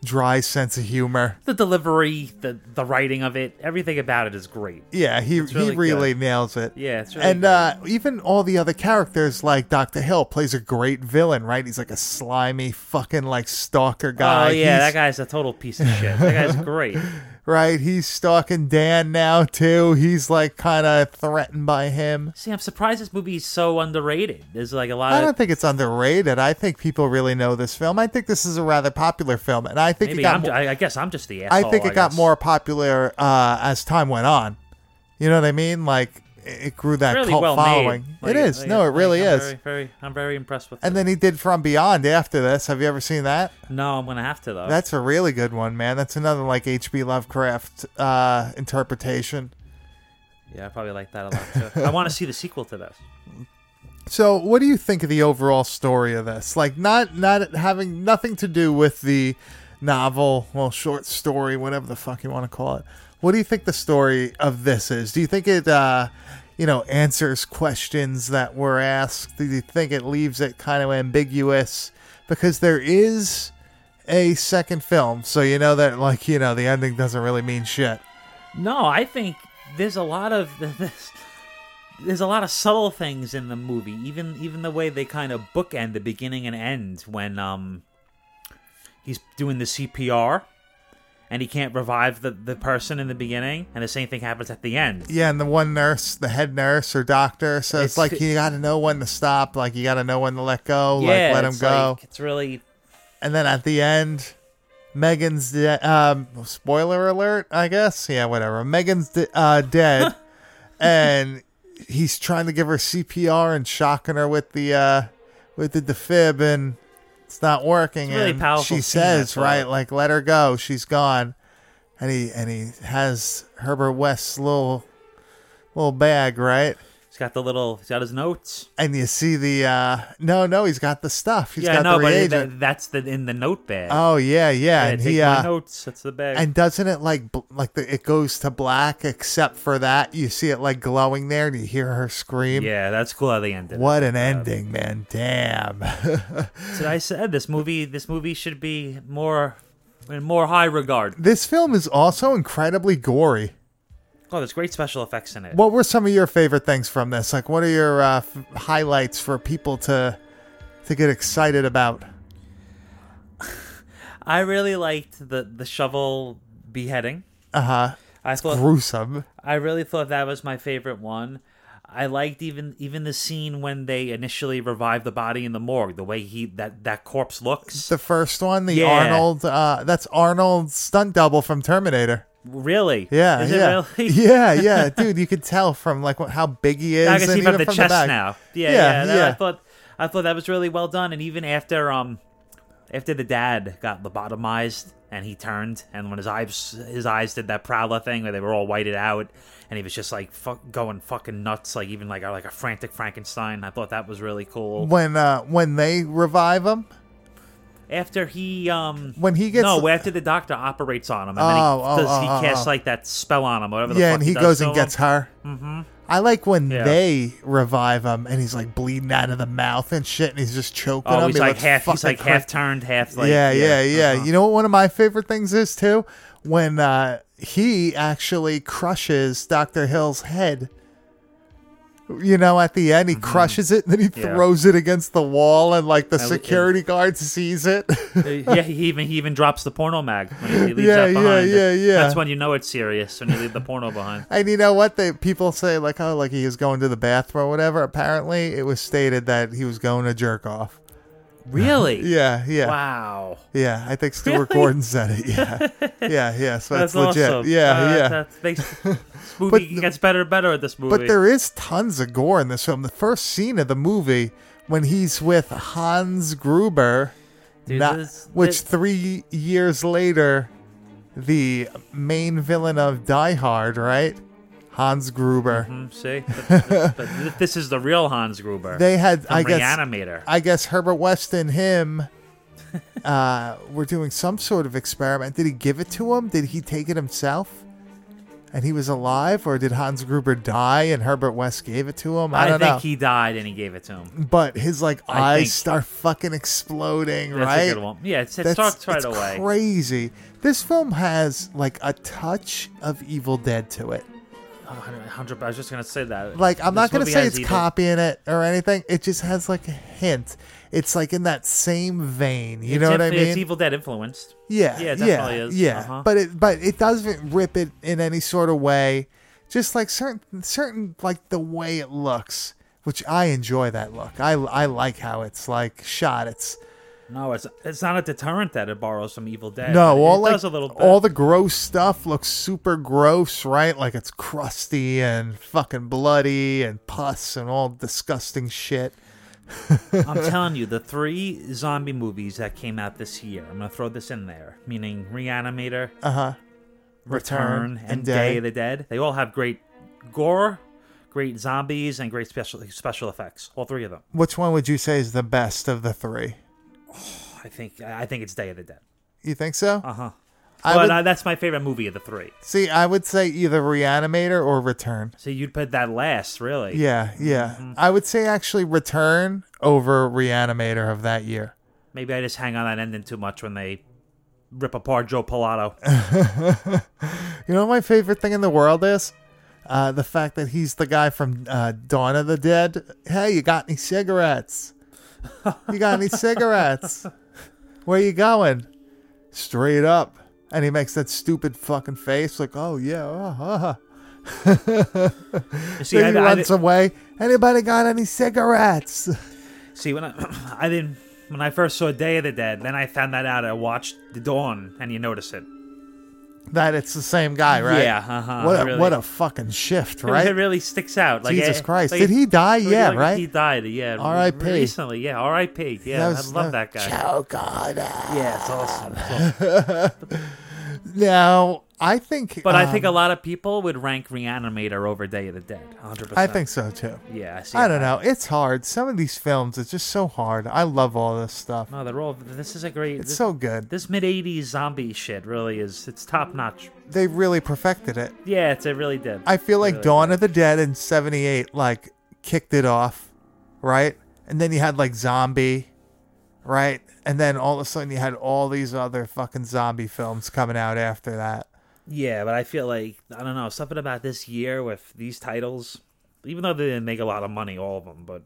[SPEAKER 2] dry sense of humor.
[SPEAKER 3] the delivery, the the writing of it, everything about it is great.
[SPEAKER 2] Yeah, he
[SPEAKER 3] really
[SPEAKER 2] he really
[SPEAKER 3] good.
[SPEAKER 2] nails it.
[SPEAKER 3] Yeah, it's really
[SPEAKER 2] and
[SPEAKER 3] good.
[SPEAKER 2] uh, even all the other characters, like Doctor Hill, plays a great villain, right? He's like a slimy fucking like stalker guy.
[SPEAKER 3] oh yeah,
[SPEAKER 2] He's-
[SPEAKER 3] that guy's a total piece of shit. That
[SPEAKER 2] (laughs)
[SPEAKER 3] guy's great.
[SPEAKER 2] right. He's stalking Dan now too. He's like kind of threatened by him.
[SPEAKER 3] See, I'm surprised this movie is so underrated. There's like a lot
[SPEAKER 2] I
[SPEAKER 3] of
[SPEAKER 2] don't think it's underrated. I think people really know this film. I think this is a rather popular film, and I think it
[SPEAKER 3] maybe
[SPEAKER 2] got
[SPEAKER 3] I'm,
[SPEAKER 2] mo-
[SPEAKER 3] I, I guess I'm just
[SPEAKER 2] I
[SPEAKER 3] the asshole.
[SPEAKER 2] think it got
[SPEAKER 3] guess.
[SPEAKER 2] more popular uh, as time went on. You know what I mean? Like it it grew that
[SPEAKER 3] Really
[SPEAKER 2] cult
[SPEAKER 3] well made.
[SPEAKER 2] following.
[SPEAKER 3] Like,
[SPEAKER 2] it is.
[SPEAKER 3] like,
[SPEAKER 2] no, it
[SPEAKER 3] like,
[SPEAKER 2] really
[SPEAKER 3] I'm
[SPEAKER 2] is.
[SPEAKER 3] Very, very, I'm very impressed with.
[SPEAKER 2] And
[SPEAKER 3] it.
[SPEAKER 2] then he did From Beyond after this. Have you ever seen that?
[SPEAKER 3] no, I'm gonna have to though.
[SPEAKER 2] That's a really good one, man. That's another like H.P. Lovecraft uh, interpretation.
[SPEAKER 3] yeah, I probably like that a lot too. I want to see the sequel to this.
[SPEAKER 2] So, what do you think of the overall story of this? Like, not not having nothing to do with the novel, well, short story, whatever the fuck you want to call it. What do you think the story of this is? Do you think it, uh, you know, answers questions that were asked? Do you think it leaves it kind of ambiguous? Because there is a second film, so you know that, like, you know, the ending doesn't really mean shit.
[SPEAKER 3] No, I think there's a lot of (laughs) this. There's a lot of subtle things in the movie, even even the way they kind of bookend the beginning and end when um he's doing the CPR and he can't revive the, the person in the beginning, and the same thing happens at the end.
[SPEAKER 2] Yeah, and the one nurse, the head nurse or doctor, so it's,
[SPEAKER 3] It's
[SPEAKER 2] like
[SPEAKER 3] fi-
[SPEAKER 2] you got to know when to stop, like you got to know when to let go,
[SPEAKER 3] yeah,
[SPEAKER 2] like let him
[SPEAKER 3] it's
[SPEAKER 2] go,
[SPEAKER 3] like- it's really
[SPEAKER 2] and then at the end, Megan's de- um, spoiler alert, I guess. Yeah, whatever. Megan's de- uh,
[SPEAKER 3] (laughs)
[SPEAKER 2] dead, and he's trying to give her CPR and shocking her with the uh, with the defib, and it's not working.
[SPEAKER 3] It's a really
[SPEAKER 2] and
[SPEAKER 3] powerful
[SPEAKER 2] she
[SPEAKER 3] scene,
[SPEAKER 2] says,
[SPEAKER 3] that's all.
[SPEAKER 2] right, like let her go, she's gone, and he and he has Herbert West's little little bag, right?
[SPEAKER 3] he's got the little he's got his notes.
[SPEAKER 2] And you see the uh, no, no, he's got the stuff. He's got
[SPEAKER 3] yeah, no,
[SPEAKER 2] the
[SPEAKER 3] but
[SPEAKER 2] reagent.
[SPEAKER 3] that, that's the in the note bag.
[SPEAKER 2] Oh yeah, yeah,
[SPEAKER 3] yeah,
[SPEAKER 2] and
[SPEAKER 3] take
[SPEAKER 2] he
[SPEAKER 3] my
[SPEAKER 2] uh,
[SPEAKER 3] notes. That's the bag.
[SPEAKER 2] And doesn't it like bl- like the, it goes to black except for that you see it like glowing there and you hear her scream.
[SPEAKER 3] yeah, that's cool how they ended. it.
[SPEAKER 2] What an ending, man! Damn. (laughs)
[SPEAKER 3] So I said this movie. This movie should be more in more high regard.
[SPEAKER 2] this film is also incredibly gory.
[SPEAKER 3] Oh, there's great special effects in it.
[SPEAKER 2] What were some of your favorite things from this? Like, what are your uh, f- highlights for people to to get excited about?
[SPEAKER 3] I really liked the the shovel beheading.
[SPEAKER 2] Uh huh.
[SPEAKER 3] I thought
[SPEAKER 2] Gruesome.
[SPEAKER 3] I really thought that was my favorite one. I liked even even the scene when they initially revive the body in the morgue. The way he that that corpse looks.
[SPEAKER 2] The first one, the
[SPEAKER 3] Yeah.
[SPEAKER 2] Arnold. Uh, that's Arnold's stunt double from Terminator.
[SPEAKER 3] really?
[SPEAKER 2] Yeah,
[SPEAKER 3] Is
[SPEAKER 2] yeah,
[SPEAKER 3] it really?
[SPEAKER 2] (laughs) yeah, yeah, dude. You could tell from like what, how big he is.
[SPEAKER 3] I can
[SPEAKER 2] and
[SPEAKER 3] see
[SPEAKER 2] even
[SPEAKER 3] from the chest
[SPEAKER 2] back.
[SPEAKER 3] now. Yeah,
[SPEAKER 2] Yeah,
[SPEAKER 3] yeah. that-
[SPEAKER 2] yeah.
[SPEAKER 3] I thought I thought that was really well done. And even after um after the dad got lobotomized and he turned and when his eyes his eyes did that prowler thing where they were all whited out and he was just like fuck, going fucking nuts like even like a, like a frantic Frankenstein. I thought that was really cool.
[SPEAKER 2] when uh, when they revive him.
[SPEAKER 3] After he um
[SPEAKER 2] When he gets-
[SPEAKER 3] no after the doctor operates on him and
[SPEAKER 2] Oh, oh,
[SPEAKER 3] then he, does,
[SPEAKER 2] oh,
[SPEAKER 3] he
[SPEAKER 2] oh,
[SPEAKER 3] casts
[SPEAKER 2] oh.
[SPEAKER 3] like that spell on him whatever the
[SPEAKER 2] Yeah,
[SPEAKER 3] fuck
[SPEAKER 2] and
[SPEAKER 3] he,
[SPEAKER 2] he
[SPEAKER 3] does
[SPEAKER 2] goes
[SPEAKER 3] to
[SPEAKER 2] and
[SPEAKER 3] him.
[SPEAKER 2] gets her. Mm-hmm. I like when
[SPEAKER 3] Yeah.
[SPEAKER 2] they revive him and he's like bleeding out of the mouth and shit, and he's just choking.
[SPEAKER 3] oh
[SPEAKER 2] him.
[SPEAKER 3] he's
[SPEAKER 2] He
[SPEAKER 3] like
[SPEAKER 2] looks
[SPEAKER 3] half he's
[SPEAKER 2] fucking
[SPEAKER 3] like half
[SPEAKER 2] crazy.
[SPEAKER 3] turned half like
[SPEAKER 2] yeah, yeah, yeah.
[SPEAKER 3] uh-huh.
[SPEAKER 2] You know what one of my favorite things is too? When uh, he actually crushes Dr. Hill's head. You know, at the end, he crushes it and then he
[SPEAKER 3] Mm-hmm. Yeah.
[SPEAKER 2] throws it against the wall, and like the
[SPEAKER 3] I-
[SPEAKER 2] security guard sees it. (laughs)
[SPEAKER 3] Uh, yeah, he even he even drops the porno mag when he he leaves
[SPEAKER 2] Yeah,
[SPEAKER 3] that
[SPEAKER 2] yeah,
[SPEAKER 3] behind.
[SPEAKER 2] yeah, yeah.
[SPEAKER 3] That's when you know it's serious when you leave the porno
[SPEAKER 2] (laughs)
[SPEAKER 3] behind.
[SPEAKER 2] and you know what? They People say, like, oh, like he was going to the bathroom or whatever. Apparently, it was stated that he was going to jerk off.
[SPEAKER 3] Really?
[SPEAKER 2] Yeah, yeah.
[SPEAKER 3] Wow.
[SPEAKER 2] Yeah, I think Stuart
[SPEAKER 3] Really?
[SPEAKER 2] Gordon said it.
[SPEAKER 3] (laughs)
[SPEAKER 2] Yeah, yeah, yeah. So
[SPEAKER 3] That's,
[SPEAKER 2] it's legit.
[SPEAKER 3] awesome.
[SPEAKER 2] Yeah,
[SPEAKER 3] Uh,
[SPEAKER 2] yeah.
[SPEAKER 3] That makes,
[SPEAKER 2] (laughs)
[SPEAKER 3] this movie
[SPEAKER 2] But-
[SPEAKER 3] gets better and better at this movie.
[SPEAKER 2] But there is tons of gore in this film. The first scene of the movie when he's with Hans Gruber,
[SPEAKER 3] Dude,
[SPEAKER 2] not-
[SPEAKER 3] this-
[SPEAKER 2] which
[SPEAKER 3] this-
[SPEAKER 2] three years later, the main villain of Die Hard, right? Hans Gruber.
[SPEAKER 3] Mm, see, but, but- but th- this is the real Hans Gruber.
[SPEAKER 2] They had,
[SPEAKER 3] from
[SPEAKER 2] I guess,
[SPEAKER 3] Reanimator.
[SPEAKER 2] I guess Herbert West and
[SPEAKER 3] (laughs)
[SPEAKER 2] him. uh, were doing some sort of experiment. Did he give it to him? Did he take it himself? And he was alive, or did Hans Gruber die and Herbert West gave it to him? I, don't
[SPEAKER 3] think
[SPEAKER 2] know.
[SPEAKER 3] he died and he gave it to him.
[SPEAKER 2] but his like
[SPEAKER 3] I
[SPEAKER 2] eyes
[SPEAKER 3] think-
[SPEAKER 2] start fucking exploding,
[SPEAKER 3] That's
[SPEAKER 2] right?
[SPEAKER 3] a good one. Yeah, it's, it
[SPEAKER 2] That's-
[SPEAKER 3] starts right
[SPEAKER 2] it's
[SPEAKER 3] away.
[SPEAKER 2] Crazy. This film has like a touch of Evil Dead to it.
[SPEAKER 3] Oh, 100 I was just gonna say that.
[SPEAKER 2] Like I'm not
[SPEAKER 3] This
[SPEAKER 2] gonna
[SPEAKER 3] movie
[SPEAKER 2] say
[SPEAKER 3] has
[SPEAKER 2] it's
[SPEAKER 3] either-
[SPEAKER 2] copying it or anything. It just has like a hint. It's like in that same vein. You
[SPEAKER 3] it's
[SPEAKER 2] know what I
[SPEAKER 3] definitely- It's
[SPEAKER 2] mean?
[SPEAKER 3] Evil Dead influenced.
[SPEAKER 2] yeah,
[SPEAKER 3] Yeah, it
[SPEAKER 2] yeah,
[SPEAKER 3] definitely is.
[SPEAKER 2] yeah.
[SPEAKER 3] Uh-huh.
[SPEAKER 2] But it but it doesn't rip it in any sort of way. Just like certain certain like the way it looks, which I enjoy that look. I I like how it's like shot. It's
[SPEAKER 3] No, it's it's not a deterrent that it borrows from Evil Dead.
[SPEAKER 2] No,
[SPEAKER 3] it,
[SPEAKER 2] all
[SPEAKER 3] it
[SPEAKER 2] like
[SPEAKER 3] does a little bit.
[SPEAKER 2] all the gross stuff looks super gross, right? Like it's crusty and fucking bloody and pus and all disgusting shit. (laughs)
[SPEAKER 3] I'm telling you, the three zombie movies that came out this year, I'm going to throw this in there, meaning Reanimator,
[SPEAKER 2] Uh,
[SPEAKER 3] Return, and, Day. of the Dead. They all have great gore, great zombies, and great special special effects. All three of them.
[SPEAKER 2] Which one would you say is the best of the three?
[SPEAKER 3] I think I think it's Day of the Dead.
[SPEAKER 2] You think so? Uh
[SPEAKER 3] Uh-huh.
[SPEAKER 2] I
[SPEAKER 3] but
[SPEAKER 2] would,
[SPEAKER 3] uh, that's my favorite movie of the three.
[SPEAKER 2] see, I would say either Reanimator or Return.
[SPEAKER 3] So you'd put that last, really.
[SPEAKER 2] Yeah, yeah.
[SPEAKER 3] Mm-hmm.
[SPEAKER 2] I would say actually Return over Reanimator of that year.
[SPEAKER 3] Maybe I just hang on that ending too much when they rip apart
[SPEAKER 2] (laughs)
[SPEAKER 3] Joe Pilato.
[SPEAKER 2] You know what my favorite thing in the world is? Uh, the fact that he's the guy from uh, Dawn of the Dead. Hey, you got any
[SPEAKER 3] (laughs)
[SPEAKER 2] cigarettes? You got any cigarettes? Where you going? Straight up. And he makes that stupid fucking face like, oh, yeah. Uh, uh.
[SPEAKER 3] You See,
[SPEAKER 2] Then he
[SPEAKER 3] I- I-
[SPEAKER 2] runs away. Anybody got any cigarettes? (laughs)
[SPEAKER 3] See when I, I (clears throat) didn't when I first saw Day of the Dead, then I found that out. I watched The Dawn, and you notice it.
[SPEAKER 2] that it's the same guy, right?
[SPEAKER 3] Yeah, uh-huh,
[SPEAKER 2] What a,
[SPEAKER 3] really.
[SPEAKER 2] what a fucking
[SPEAKER 3] (laughs)
[SPEAKER 2] shift,
[SPEAKER 3] It- It
[SPEAKER 2] right?
[SPEAKER 3] really sticks out. Like
[SPEAKER 2] Jesus
[SPEAKER 3] it-
[SPEAKER 2] Christ.
[SPEAKER 3] like
[SPEAKER 2] Did
[SPEAKER 3] it-
[SPEAKER 2] he die?
[SPEAKER 3] like,
[SPEAKER 2] Yeah,
[SPEAKER 3] like,
[SPEAKER 2] right?
[SPEAKER 3] He died. Yeah.
[SPEAKER 2] R.I.P..
[SPEAKER 3] Recently, yeah. R.I.P. Yeah,
[SPEAKER 2] That
[SPEAKER 3] I
[SPEAKER 2] was-
[SPEAKER 3] love that guy.
[SPEAKER 2] Oh, God. uh.
[SPEAKER 3] Yeah, it's awesome. It's awesome.
[SPEAKER 2] (laughs) Now, I think.
[SPEAKER 3] But I think
[SPEAKER 2] um,
[SPEAKER 3] a lot of people would rank Reanimator over Day of the Dead. 100.
[SPEAKER 2] I think so too.
[SPEAKER 3] Yeah. I, see
[SPEAKER 2] I don't
[SPEAKER 3] that.
[SPEAKER 2] know. It's hard. Some of these films, it's just so hard. I love all this stuff.
[SPEAKER 3] No, they're all. This is a great.
[SPEAKER 2] It's
[SPEAKER 3] this,
[SPEAKER 2] so good.
[SPEAKER 3] This mid '80s zombie shit really is. It's top notch.
[SPEAKER 2] They really perfected it.
[SPEAKER 3] Yeah, it's. It really did.
[SPEAKER 2] I feel like
[SPEAKER 3] Really
[SPEAKER 2] Dawn of the Dead in 78 like kicked it off, right? And then you had like Zombie, right? And then all of a sudden you had all these other fucking zombie films coming out after that.
[SPEAKER 3] Yeah, but I feel like I don't know something about this year with these titles, even though they didn't make a lot of money, all of them, but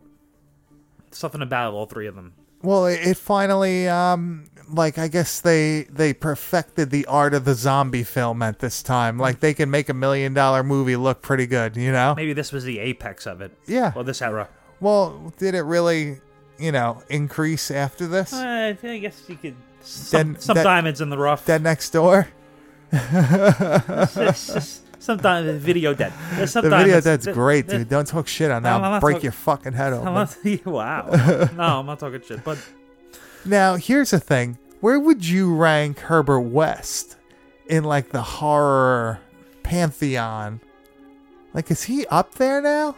[SPEAKER 3] something about all three of them.
[SPEAKER 2] Well, it, it finally um like I guess they they perfected the art of the zombie film at this time. Like they can make a million dollar movie look pretty good, you know?
[SPEAKER 3] Maybe this was the apex of it.
[SPEAKER 2] Yeah.
[SPEAKER 3] Well, this era.
[SPEAKER 2] Well, did it really, you know, increase after this?
[SPEAKER 3] Uh, I guess you could some,
[SPEAKER 2] Then
[SPEAKER 3] some
[SPEAKER 2] that-
[SPEAKER 3] diamonds in the rough. (laughs)
[SPEAKER 2] Dead Next Door?
[SPEAKER 3] Sometimes
[SPEAKER 2] (laughs)
[SPEAKER 3] video dead. There's some
[SPEAKER 2] The video
[SPEAKER 3] diamonds-
[SPEAKER 2] that's
[SPEAKER 3] th-
[SPEAKER 2] great,
[SPEAKER 3] th-
[SPEAKER 2] dude. Don't talk shit on that.
[SPEAKER 3] I'm
[SPEAKER 2] I'll
[SPEAKER 3] not
[SPEAKER 2] break
[SPEAKER 3] talk-
[SPEAKER 2] your fucking head
[SPEAKER 3] I'm (laughs)
[SPEAKER 2] open.
[SPEAKER 3] not, wow. No, I'm not talking shit. But
[SPEAKER 2] Now, here's the thing. where would you rank Herbert West in like the horror pantheon? Like, is he up there now?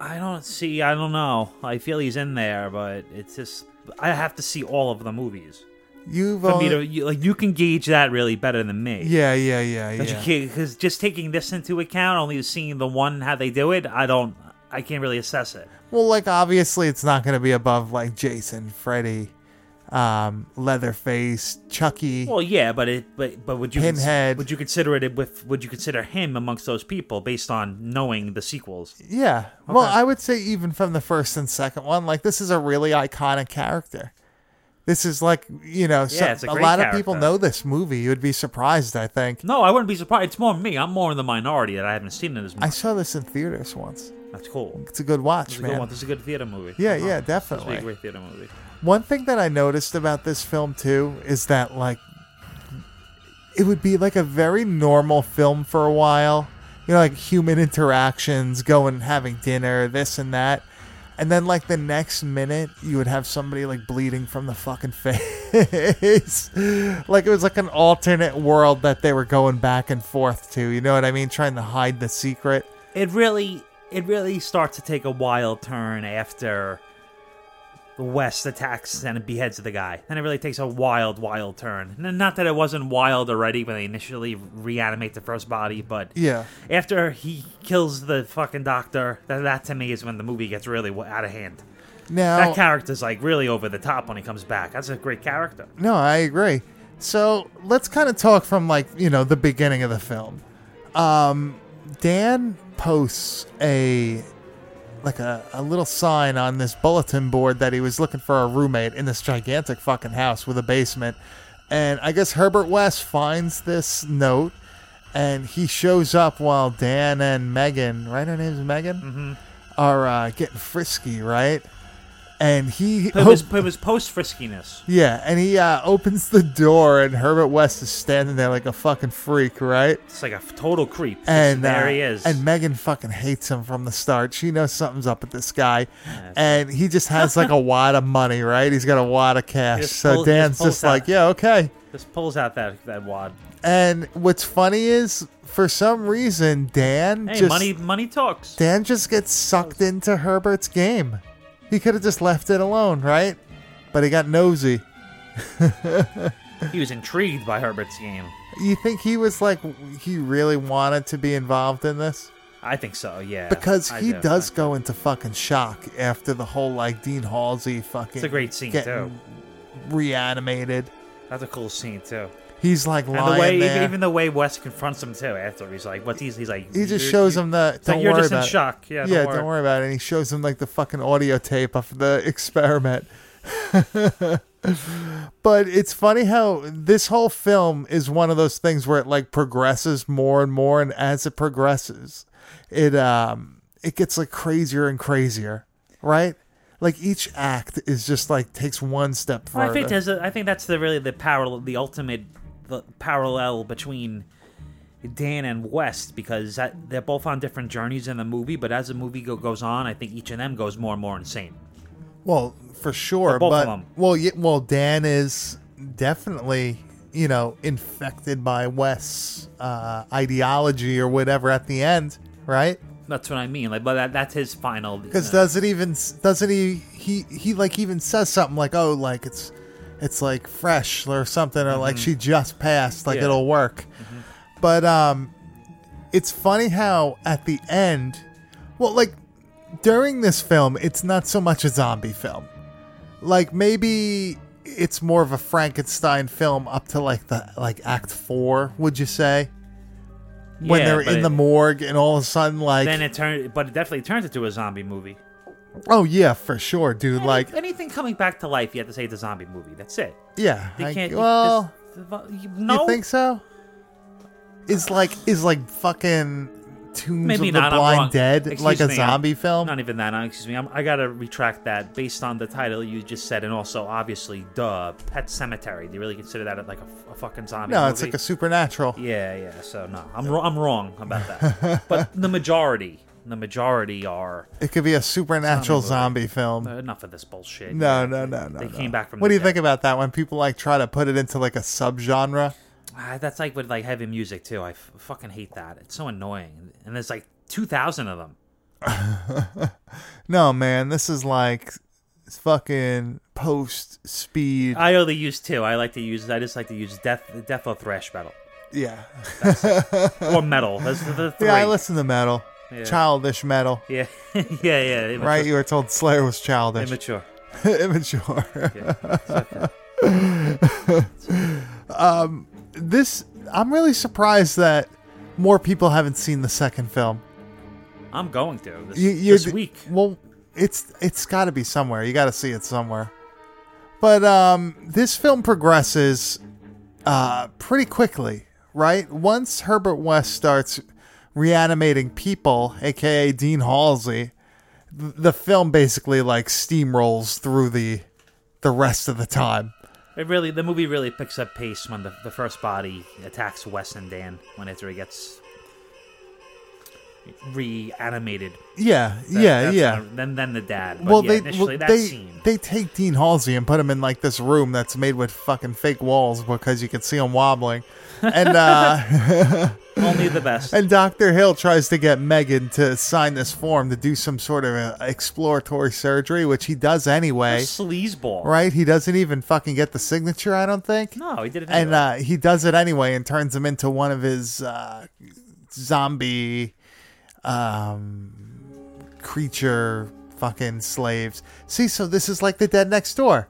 [SPEAKER 3] I don't see. I don't know. I feel he's in there, but it's just I have to see all of the movies
[SPEAKER 2] You've
[SPEAKER 3] for
[SPEAKER 2] only,
[SPEAKER 3] me to you, like. You can gauge that really better than me.
[SPEAKER 2] yeah, yeah, yeah,
[SPEAKER 3] But
[SPEAKER 2] yeah.
[SPEAKER 3] you because just taking this into account, only seeing the one how they do it, I don't. I can't really assess it.
[SPEAKER 2] Well, like obviously, it's not going to be above like Jason, Freddy, um, Leatherface, Chucky.
[SPEAKER 3] Well, yeah, but it, but but would you cons-
[SPEAKER 2] Pinhead.
[SPEAKER 3] would you consider it with would you consider him amongst those people based on knowing the sequels?
[SPEAKER 2] yeah. Well, I would say even from the first and second one, like this is a really iconic character. This is like you know, so-
[SPEAKER 3] Yeah, it's a
[SPEAKER 2] a,
[SPEAKER 3] great
[SPEAKER 2] lot of people
[SPEAKER 3] character.
[SPEAKER 2] know this movie. You would be surprised, I think.
[SPEAKER 3] No, I wouldn't be surprised. It's more me. I'm more in the minority that I haven't seen it as
[SPEAKER 2] I
[SPEAKER 3] much.
[SPEAKER 2] saw this in theaters once.
[SPEAKER 3] That's cool.
[SPEAKER 2] It's a good watch,
[SPEAKER 3] This is a
[SPEAKER 2] man.
[SPEAKER 3] good one. This is a good theater movie.
[SPEAKER 2] Yeah,
[SPEAKER 3] Uh-huh.
[SPEAKER 2] yeah,
[SPEAKER 3] This would be
[SPEAKER 2] definitely.
[SPEAKER 3] a great theater movie.
[SPEAKER 2] One thing that I noticed about this film too is that like it would be like a very normal film for a while. You know, like human interactions, going having dinner, this and that. And then like the next minute you would have somebody like bleeding from the fucking (laughs) face. like it was like an alternate world that they were going back and forth to, you know what I mean? Trying to hide the secret.
[SPEAKER 3] It really, it really starts to take a wild turn after the West attacks and beheads the guy. Then it really takes a wild, wild turn. N- Not that it wasn't wild already when they initially reanimate the first body, but
[SPEAKER 2] Yeah.
[SPEAKER 3] after he kills the fucking doctor, that, that to me is when the movie gets really w- out of hand.
[SPEAKER 2] Now
[SPEAKER 3] That character's like really over the top when he comes back. That's a great character.
[SPEAKER 2] No, I agree. So let's kind of talk from like you know the beginning of the film. Um, Dan posts a like a, a little sign on this bulletin board that he was looking for a roommate in this gigantic fucking house with a basement. And I guess Herbert West finds this note and he shows up while Dan and Megan, right? Her name's Megan, mm-hmm. are uh, getting frisky, right? And he
[SPEAKER 3] But it was, but it was post friskiness.
[SPEAKER 2] yeah, and he uh, opens the door, and Herbert West is standing there like a fucking freak, right?
[SPEAKER 3] It's like a f- total creep. Just
[SPEAKER 2] And
[SPEAKER 3] there
[SPEAKER 2] uh,
[SPEAKER 3] he is.
[SPEAKER 2] And Megan fucking hates him from the start. She knows something's up with this guy, and he just has
[SPEAKER 3] (laughs)
[SPEAKER 2] like a wad of money, right? He's got a wad of cash.
[SPEAKER 3] Just
[SPEAKER 2] so
[SPEAKER 3] pull- just
[SPEAKER 2] Dan's
[SPEAKER 3] pulls
[SPEAKER 2] just like,
[SPEAKER 3] out.
[SPEAKER 2] yeah, okay.
[SPEAKER 3] just pulls out that that wad.
[SPEAKER 2] And what's funny is, for some reason, Dan
[SPEAKER 3] Hey,
[SPEAKER 2] just
[SPEAKER 3] money money talks.
[SPEAKER 2] Dan just gets sucked into Herbert's game. He could have just left it alone, right? But he got nosy.
[SPEAKER 3] He was intrigued by Herbert's game.
[SPEAKER 2] You think he was like he really wanted to be involved in this?
[SPEAKER 3] I think so. Yeah,
[SPEAKER 2] Because
[SPEAKER 3] I
[SPEAKER 2] he
[SPEAKER 3] do.
[SPEAKER 2] does go into fucking shock after the whole like Dean Halsey fucking
[SPEAKER 3] It's a great scene
[SPEAKER 2] getting
[SPEAKER 3] too.
[SPEAKER 2] reanimated.
[SPEAKER 3] That's a cool scene too.
[SPEAKER 2] He's like
[SPEAKER 3] And the
[SPEAKER 2] lying
[SPEAKER 3] way,
[SPEAKER 2] there.
[SPEAKER 3] even, even the way Wes confronts him too. After he's like, "What's he's, he's like?"
[SPEAKER 2] he just
[SPEAKER 3] "You're-
[SPEAKER 2] shows
[SPEAKER 3] you-
[SPEAKER 2] him the
[SPEAKER 3] it's
[SPEAKER 2] don't
[SPEAKER 3] like, you're
[SPEAKER 2] worry
[SPEAKER 3] just in
[SPEAKER 2] about it.
[SPEAKER 3] shock. Yeah,
[SPEAKER 2] yeah,
[SPEAKER 3] don't worry.
[SPEAKER 2] about it. And he shows him like the fucking audio tape of the (laughs) experiment. but it's funny how this whole film is one of those things where it like progresses more and more, and as it progresses, it um it gets like crazier and crazier, right? Like each act is just like takes one step
[SPEAKER 3] Well, I
[SPEAKER 2] further.
[SPEAKER 3] think there's a, I think that's the really the parallel, the ultimate the parallel between Dan and West because that, they're both on different journeys in the movie. But as the movie go, goes on, I think each of them goes more and more insane.
[SPEAKER 2] Well, for sure,
[SPEAKER 3] Or both
[SPEAKER 2] but
[SPEAKER 3] of them.
[SPEAKER 2] well, yeah, well, Dan is definitely you know infected by Wes' uh, ideology or whatever at the end, right?
[SPEAKER 3] That's what I mean. Like, but that, that's his final. uh,
[SPEAKER 2] Because does it even doesn't he he he like even says something like oh like it's it's like fresh or something or like she just passed like
[SPEAKER 3] Mm-hmm. Yeah. Mm-hmm.
[SPEAKER 2] it'll work, but um, it's funny how at the end, well, like during this film, it's not so much a zombie film. Like maybe it's more of a Frankenstein film up to like the like Act Four, would you say? When
[SPEAKER 3] Yeah,
[SPEAKER 2] they're
[SPEAKER 3] but
[SPEAKER 2] in the
[SPEAKER 3] it-
[SPEAKER 2] morgue and all of a sudden like
[SPEAKER 3] then it turned, but it definitely turns into a zombie movie.
[SPEAKER 2] oh yeah for sure dude like
[SPEAKER 3] anything coming back to life, you have to say it's a zombie movie. That's it.
[SPEAKER 2] yeah
[SPEAKER 3] They
[SPEAKER 2] I-
[SPEAKER 3] can't. you-
[SPEAKER 2] well
[SPEAKER 3] this-
[SPEAKER 2] you,
[SPEAKER 3] you- no,
[SPEAKER 2] think so is like is like fucking Tombs
[SPEAKER 3] maybe
[SPEAKER 2] of the
[SPEAKER 3] not. I'm wrong.
[SPEAKER 2] Blind Dead
[SPEAKER 3] Excuse
[SPEAKER 2] like a
[SPEAKER 3] me, I'm-
[SPEAKER 2] zombie film
[SPEAKER 3] Not even that. uh, Excuse me. I'm, I gotta retract that based on the title you just said, and also obviously, duh, Pet Cemetery. Do you really consider that like a, a fucking zombie?
[SPEAKER 2] no
[SPEAKER 3] movie?
[SPEAKER 2] it's like a supernatural (laughs)
[SPEAKER 3] Yeah, yeah. So no, I'm wro- I'm wrong about that. but the majority The majority are
[SPEAKER 2] It could be a supernatural zombie, film.
[SPEAKER 3] uh, enough of this bullshit.
[SPEAKER 2] No, no, no, no.
[SPEAKER 3] They
[SPEAKER 2] no.
[SPEAKER 3] came back from
[SPEAKER 2] What
[SPEAKER 3] the
[SPEAKER 2] do you
[SPEAKER 3] dead.
[SPEAKER 2] think about that when people like try to put it into like a subgenre?
[SPEAKER 3] Ah, that's like with like heavy music too. I f- fucking hate that. It's so annoying. And there's like two thousand of them.
[SPEAKER 2] No, man, this is like fucking post speed.
[SPEAKER 3] I only use two. I like to use. I just like to use death, death or thrash metal
[SPEAKER 2] yeah,
[SPEAKER 3] or metal. Those are the three.
[SPEAKER 2] yeah. I listen to metal,
[SPEAKER 3] Yeah.
[SPEAKER 2] childish metal.
[SPEAKER 3] (laughs) Yeah, (laughs) yeah, yeah. immature-
[SPEAKER 2] Right? You were told Slayer was childish,
[SPEAKER 3] Immature.
[SPEAKER 2] (laughs) immature. (laughs) um, this I'm really surprised that more people haven't seen the second film.
[SPEAKER 3] I'm going to this,
[SPEAKER 2] you, you
[SPEAKER 3] this week.
[SPEAKER 2] Well, it's it's got to be somewhere. You got to see it somewhere. But um, this film progresses uh, pretty quickly, right? Once Herbert West starts reanimating people, aka Dean Halsey, th- the film basically like steamrolls through the the rest of the time.
[SPEAKER 3] It really, the movie really picks up pace when the, the first body attacks Wes and Dan when after he gets reanimated.
[SPEAKER 2] Yeah,
[SPEAKER 3] That-
[SPEAKER 2] yeah,
[SPEAKER 3] that's
[SPEAKER 2] yeah.
[SPEAKER 3] when- then then the dad. But
[SPEAKER 2] well,
[SPEAKER 3] yeah,
[SPEAKER 2] they
[SPEAKER 3] initially
[SPEAKER 2] well,
[SPEAKER 3] that
[SPEAKER 2] they
[SPEAKER 3] scene.
[SPEAKER 2] they take Dean Halsey and put him in like this room that's made with fucking fake walls because you can see him wobbling, and
[SPEAKER 3] (laughs)
[SPEAKER 2] uh,
[SPEAKER 3] only the
[SPEAKER 2] (laughs)
[SPEAKER 3] best.
[SPEAKER 2] and Doctor Hill tries to get Megan to sign this form to do some sort of uh exploratory surgery, which he does anyway.
[SPEAKER 3] Sleazeball.
[SPEAKER 2] Right? He doesn't even fucking get the signature, I don't think.
[SPEAKER 3] No, he did it.
[SPEAKER 2] And
[SPEAKER 3] anyway.
[SPEAKER 2] uh, he does it anyway and turns him into one of his uh, zombie um, creature fucking slaves. See, so this is like the dead next door.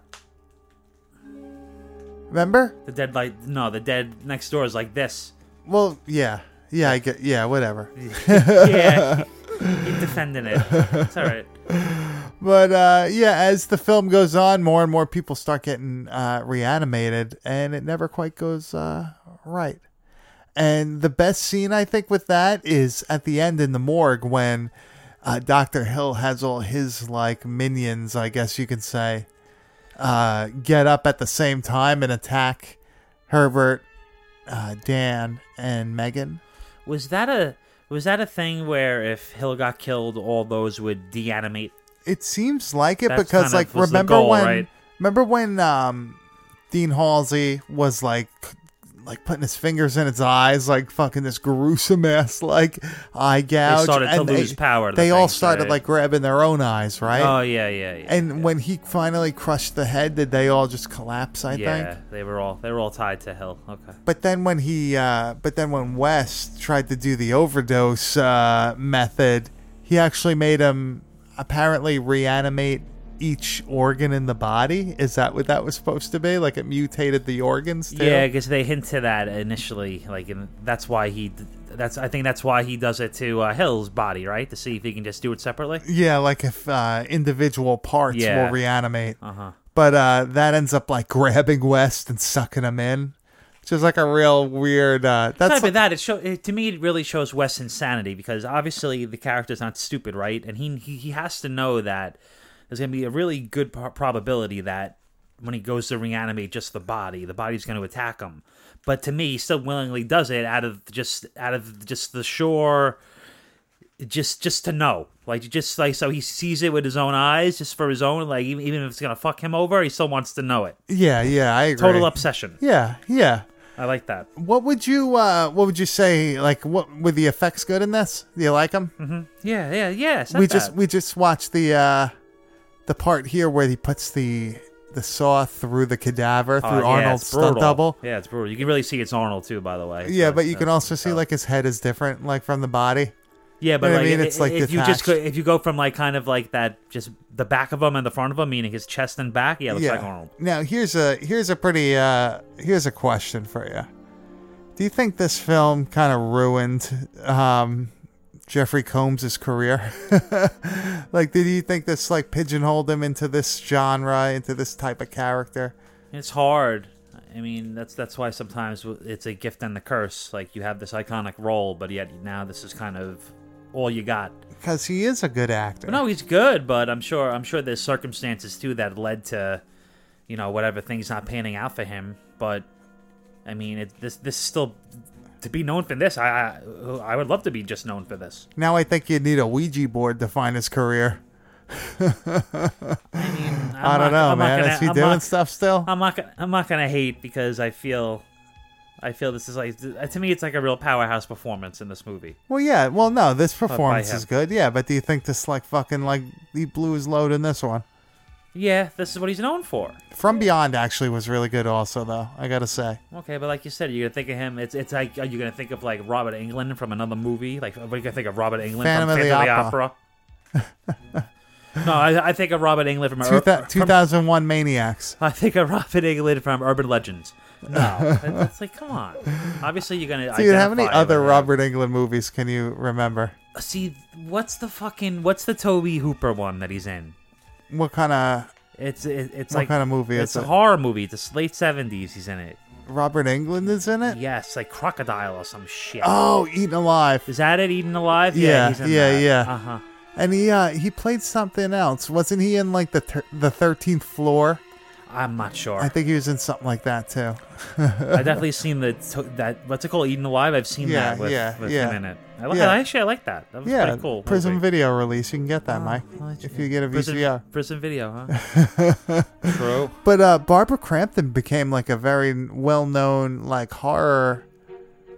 [SPEAKER 2] Remember?
[SPEAKER 3] the dead like no, the dead next door is
[SPEAKER 2] (laughs)
[SPEAKER 3] like this.
[SPEAKER 2] Well, yeah. Yeah, I get. Yeah, whatever.
[SPEAKER 3] Yeah, he's defending it. It's all right.
[SPEAKER 2] But uh, yeah, as the film goes on, more and more people start getting uh, reanimated, and it never quite goes uh, right. And the best scene, I think, with that is at the end in the morgue when uh, Dr. Hill has all his, like, minions, I guess you could say, uh, get up at the same time and attack Herbert, uh, Dan, and Megan.
[SPEAKER 3] Was that a was that a thing where if Hill got killed, all those would deanimate?
[SPEAKER 2] It seems like it
[SPEAKER 3] That's
[SPEAKER 2] because
[SPEAKER 3] kind
[SPEAKER 2] like
[SPEAKER 3] of was the
[SPEAKER 2] remember
[SPEAKER 3] goal,
[SPEAKER 2] when
[SPEAKER 3] right?
[SPEAKER 2] remember when um Dean Halsey was like like putting his fingers in his eyes, like fucking this gruesome ass like eye gouge.
[SPEAKER 3] started to
[SPEAKER 2] and they-
[SPEAKER 3] lose power to
[SPEAKER 2] They
[SPEAKER 3] the
[SPEAKER 2] all
[SPEAKER 3] things,
[SPEAKER 2] started
[SPEAKER 3] right?
[SPEAKER 2] like grabbing their own eyes, right?
[SPEAKER 3] Oh yeah, yeah, yeah.
[SPEAKER 2] and when he finally crushed the head, did they all just collapse? I
[SPEAKER 3] yeah,
[SPEAKER 2] think.
[SPEAKER 3] they were all they were all tied to Hill. Okay.
[SPEAKER 2] But then when he, uh, but then when West tried to do the overdose uh, method, he actually made him apparently reanimate each organ in the body. Is that what that was supposed to be? Like it mutated the organs too.
[SPEAKER 3] Yeah, because they hint to that initially, like, and that's why he. d- That's I think that's why he does it to uh, Hill's body, right? To see if he can just do it separately.
[SPEAKER 2] Yeah, like if uh, individual parts
[SPEAKER 3] Yeah.
[SPEAKER 2] will reanimate.
[SPEAKER 3] Uh huh.
[SPEAKER 2] But uh, that ends up like grabbing West and sucking him in. Just like a real weird. Uh,
[SPEAKER 3] Not
[SPEAKER 2] that's
[SPEAKER 3] even that. It show it, to me. It really shows Wes' insanity because obviously the character's not stupid, right? And he he, he has to know that there's going to be a really good pro- probability that when he goes to reanimate just the body, the body's going to attack him. But to me, he still willingly does it out of just out of just the sure, just just to know, like just like so he sees it with his own eyes, just for his own. Like even, even if it's going to fuck him over, he still wants to know it.
[SPEAKER 2] yeah, yeah. I agree.
[SPEAKER 3] Total obsession.
[SPEAKER 2] Yeah, yeah.
[SPEAKER 3] I like that.
[SPEAKER 2] What would you uh what would you say like what were the effects good in this? Do you like them?
[SPEAKER 3] Yeah, yeah, yeah. it's not
[SPEAKER 2] We just
[SPEAKER 3] bad.
[SPEAKER 2] we just watched the uh the part here where he puts the the saw through the cadaver through
[SPEAKER 3] Uh, yeah,
[SPEAKER 2] Arnold's
[SPEAKER 3] it's
[SPEAKER 2] stunt
[SPEAKER 3] brutal.
[SPEAKER 2] double.
[SPEAKER 3] Yeah, it's brutal. You can really see it's Arnold too, by the way.
[SPEAKER 2] Yeah,
[SPEAKER 3] So
[SPEAKER 2] but you
[SPEAKER 3] it's-
[SPEAKER 2] can also see
[SPEAKER 3] so-
[SPEAKER 2] like his head is different like from the body.
[SPEAKER 3] yeah, but
[SPEAKER 2] know what I
[SPEAKER 3] like,
[SPEAKER 2] mean?
[SPEAKER 3] i-
[SPEAKER 2] It's, like,
[SPEAKER 3] if you just
[SPEAKER 2] detached.
[SPEAKER 3] go, if you go from like kind of like that, just the back of him and the front of him, meaning his chest and back. Yeah, it looks
[SPEAKER 2] yeah.
[SPEAKER 3] like Arnold.
[SPEAKER 2] Now here's a here's a pretty uh here's a question for you. Do you think this film kind of ruined um Jeffrey Combs' career? (laughs) like did you think this like pigeonholed him into this genre, into this type of character?
[SPEAKER 3] It's hard. I mean, that's that's why sometimes w- it's a gift and the curse. Like you have this iconic role, but yet now this is kind of all you got.
[SPEAKER 2] Cuz he is a good actor.
[SPEAKER 3] But no, he's good, but I'm sure I'm sure there's circumstances too that led to, you know, whatever things not panning out for him. But I mean, it, this this is still to be known for this, I, I I would love to be just known for this.
[SPEAKER 2] Now I think you'd need a Ouija board to find his career.
[SPEAKER 3] I'm
[SPEAKER 2] I don't
[SPEAKER 3] not-
[SPEAKER 2] know,
[SPEAKER 3] I'm not
[SPEAKER 2] man.
[SPEAKER 3] gonna-
[SPEAKER 2] Is he
[SPEAKER 3] I'm
[SPEAKER 2] doing
[SPEAKER 3] not-
[SPEAKER 2] stuff still?
[SPEAKER 3] I'm not gonna, I'm not gonna hate because I feel I feel this is like to me it's like a real powerhouse performance in this movie.
[SPEAKER 2] well, yeah. Well, no, this performance
[SPEAKER 3] him.
[SPEAKER 2] is good. Yeah, but do you think this like fucking like he blew his load in this one?
[SPEAKER 3] Yeah, this is what he's known for.
[SPEAKER 2] From Beyond actually was really good also though. I gotta say.
[SPEAKER 3] Okay, but like you said, you're gonna think of him. It's it's like are you gonna think of like Robert England from another movie? Like what are you gonna think of Robert England
[SPEAKER 2] Phantom
[SPEAKER 3] from
[SPEAKER 2] of the
[SPEAKER 3] Phantom of the
[SPEAKER 2] Opera.
[SPEAKER 3] Opera? no, I, I think of Robert England from,
[SPEAKER 2] Two
[SPEAKER 3] Ur-
[SPEAKER 2] thou-
[SPEAKER 3] Uh, from
[SPEAKER 2] 2001 Maniacs.
[SPEAKER 3] I think of Robert England from Urban Legends.
[SPEAKER 2] (laughs)
[SPEAKER 3] No, it's like come on. Obviously, you're gonna.
[SPEAKER 2] Dude, how many
[SPEAKER 3] identify
[SPEAKER 2] other
[SPEAKER 3] with him.
[SPEAKER 2] Robert England movies can you remember?
[SPEAKER 3] See, what's the fucking what's the Toby Hooper one that he's in?
[SPEAKER 2] What kind of
[SPEAKER 3] It's it, it's
[SPEAKER 2] What
[SPEAKER 3] like
[SPEAKER 2] kind of movie
[SPEAKER 3] It's
[SPEAKER 2] is
[SPEAKER 3] a
[SPEAKER 2] it?
[SPEAKER 3] horror movie. It's late seventies. He's in it.
[SPEAKER 2] Robert England is in it?
[SPEAKER 3] Yes, like crocodile or some shit.
[SPEAKER 2] Oh, Eaten Alive.
[SPEAKER 3] Is that it? Eaten alive?
[SPEAKER 2] Yeah,
[SPEAKER 3] he's in
[SPEAKER 2] yeah, yeah.
[SPEAKER 3] Uh huh.
[SPEAKER 2] And he uh, he played something else. Wasn't he in like the ter- the 13th floor?
[SPEAKER 3] I'm not sure.
[SPEAKER 2] I
[SPEAKER 3] I,
[SPEAKER 2] think he was in something like that too.
[SPEAKER 3] definitely seen the to- that what's it called? Eaten alive. I've seen
[SPEAKER 2] Yeah,
[SPEAKER 3] that with,
[SPEAKER 2] yeah,
[SPEAKER 3] with
[SPEAKER 2] yeah.
[SPEAKER 3] him in it. I like.
[SPEAKER 2] Yeah.
[SPEAKER 3] I actually I like that. That was
[SPEAKER 2] yeah,
[SPEAKER 3] pretty cool.
[SPEAKER 2] Prison
[SPEAKER 3] movie. Oh,
[SPEAKER 2] video release. You can get that, Mike,
[SPEAKER 3] I'll let
[SPEAKER 2] if you get a VCR.
[SPEAKER 3] Prison, prison video, huh?
[SPEAKER 2] (laughs)
[SPEAKER 3] True.
[SPEAKER 2] But uh, Barbara Crampton became like a very well-known like horror,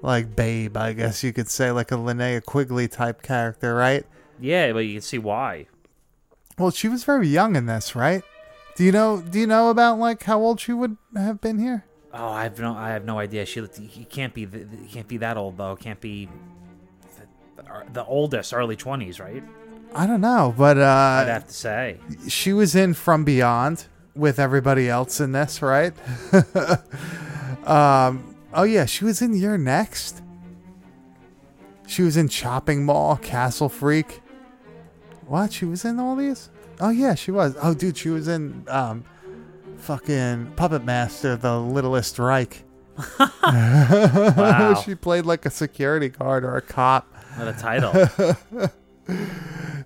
[SPEAKER 2] like babe, I guess you could say, like a Linnea Quigley type character, right?
[SPEAKER 3] Yeah, but you can see why.
[SPEAKER 2] Well, she was very young in this, right? Do you know? Do you know about like how old she would have been here?
[SPEAKER 3] Oh, I have no, I have no idea. She, looked- he can't be, th- he can't be that old though. Can't be the, the, the oldest, early twenties, right?
[SPEAKER 2] I don't know, but
[SPEAKER 3] I'd
[SPEAKER 2] uh,
[SPEAKER 3] have
[SPEAKER 2] (laughs)
[SPEAKER 3] to say.
[SPEAKER 2] she was in From Beyond with everybody else in this, right? (laughs) um, oh yeah, she was in Your Next. She was in Chopping Mall, Castle Freak. What? She was in all these? Oh yeah, she was. Oh dude, she was in um, fucking Puppet Master, The Littlest Reich. Oh,
[SPEAKER 3] Wow,
[SPEAKER 2] She played like a security guard or a cop.
[SPEAKER 3] what a title!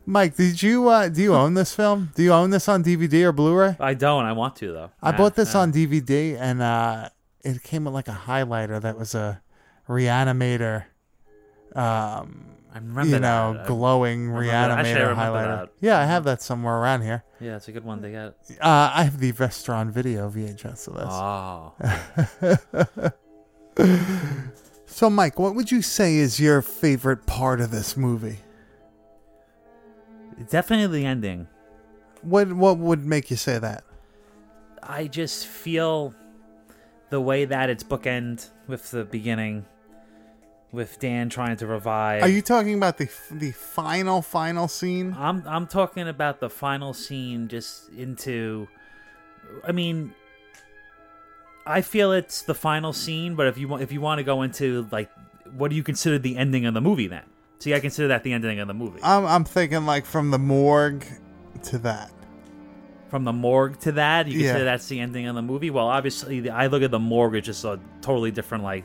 [SPEAKER 2] Mike, did you uh, do you own this film? Do you own this on DVD or Blu-ray?
[SPEAKER 3] I don't. I want to though.
[SPEAKER 2] I bought this on DVD and uh, it came with like a highlighter that was a reanimator, um,
[SPEAKER 3] I remember
[SPEAKER 2] you
[SPEAKER 3] that.
[SPEAKER 2] know,
[SPEAKER 3] I-
[SPEAKER 2] glowing
[SPEAKER 3] that. Actually, I
[SPEAKER 2] reanimator
[SPEAKER 3] remember
[SPEAKER 2] highlighter.
[SPEAKER 3] that.
[SPEAKER 2] Yeah, I have that somewhere around here.
[SPEAKER 3] yeah, it's a good one. They got.
[SPEAKER 2] Uh, I have the Vestron video VHS of this.
[SPEAKER 3] Oh,
[SPEAKER 2] So, Mike, what would you say is your favorite part of this movie?
[SPEAKER 3] definitely the ending.
[SPEAKER 2] What What would make you say that?
[SPEAKER 3] I just feel the way that it's bookend with the beginning, with Dan trying to revive.
[SPEAKER 2] Are you talking about the the final final scene?
[SPEAKER 3] I'm I'm talking about the final scene just into I mean I feel it's the final scene, but if you want if you want to go into like what do you consider the ending of the movie then? See, I consider that the ending of the movie.
[SPEAKER 2] I'm I'm thinking like from the morgue to that.
[SPEAKER 3] From the morgue to that, you
[SPEAKER 2] Yeah.
[SPEAKER 3] consider that's the ending of the movie. Well, obviously, the, I look at the morgue it's just a totally different like.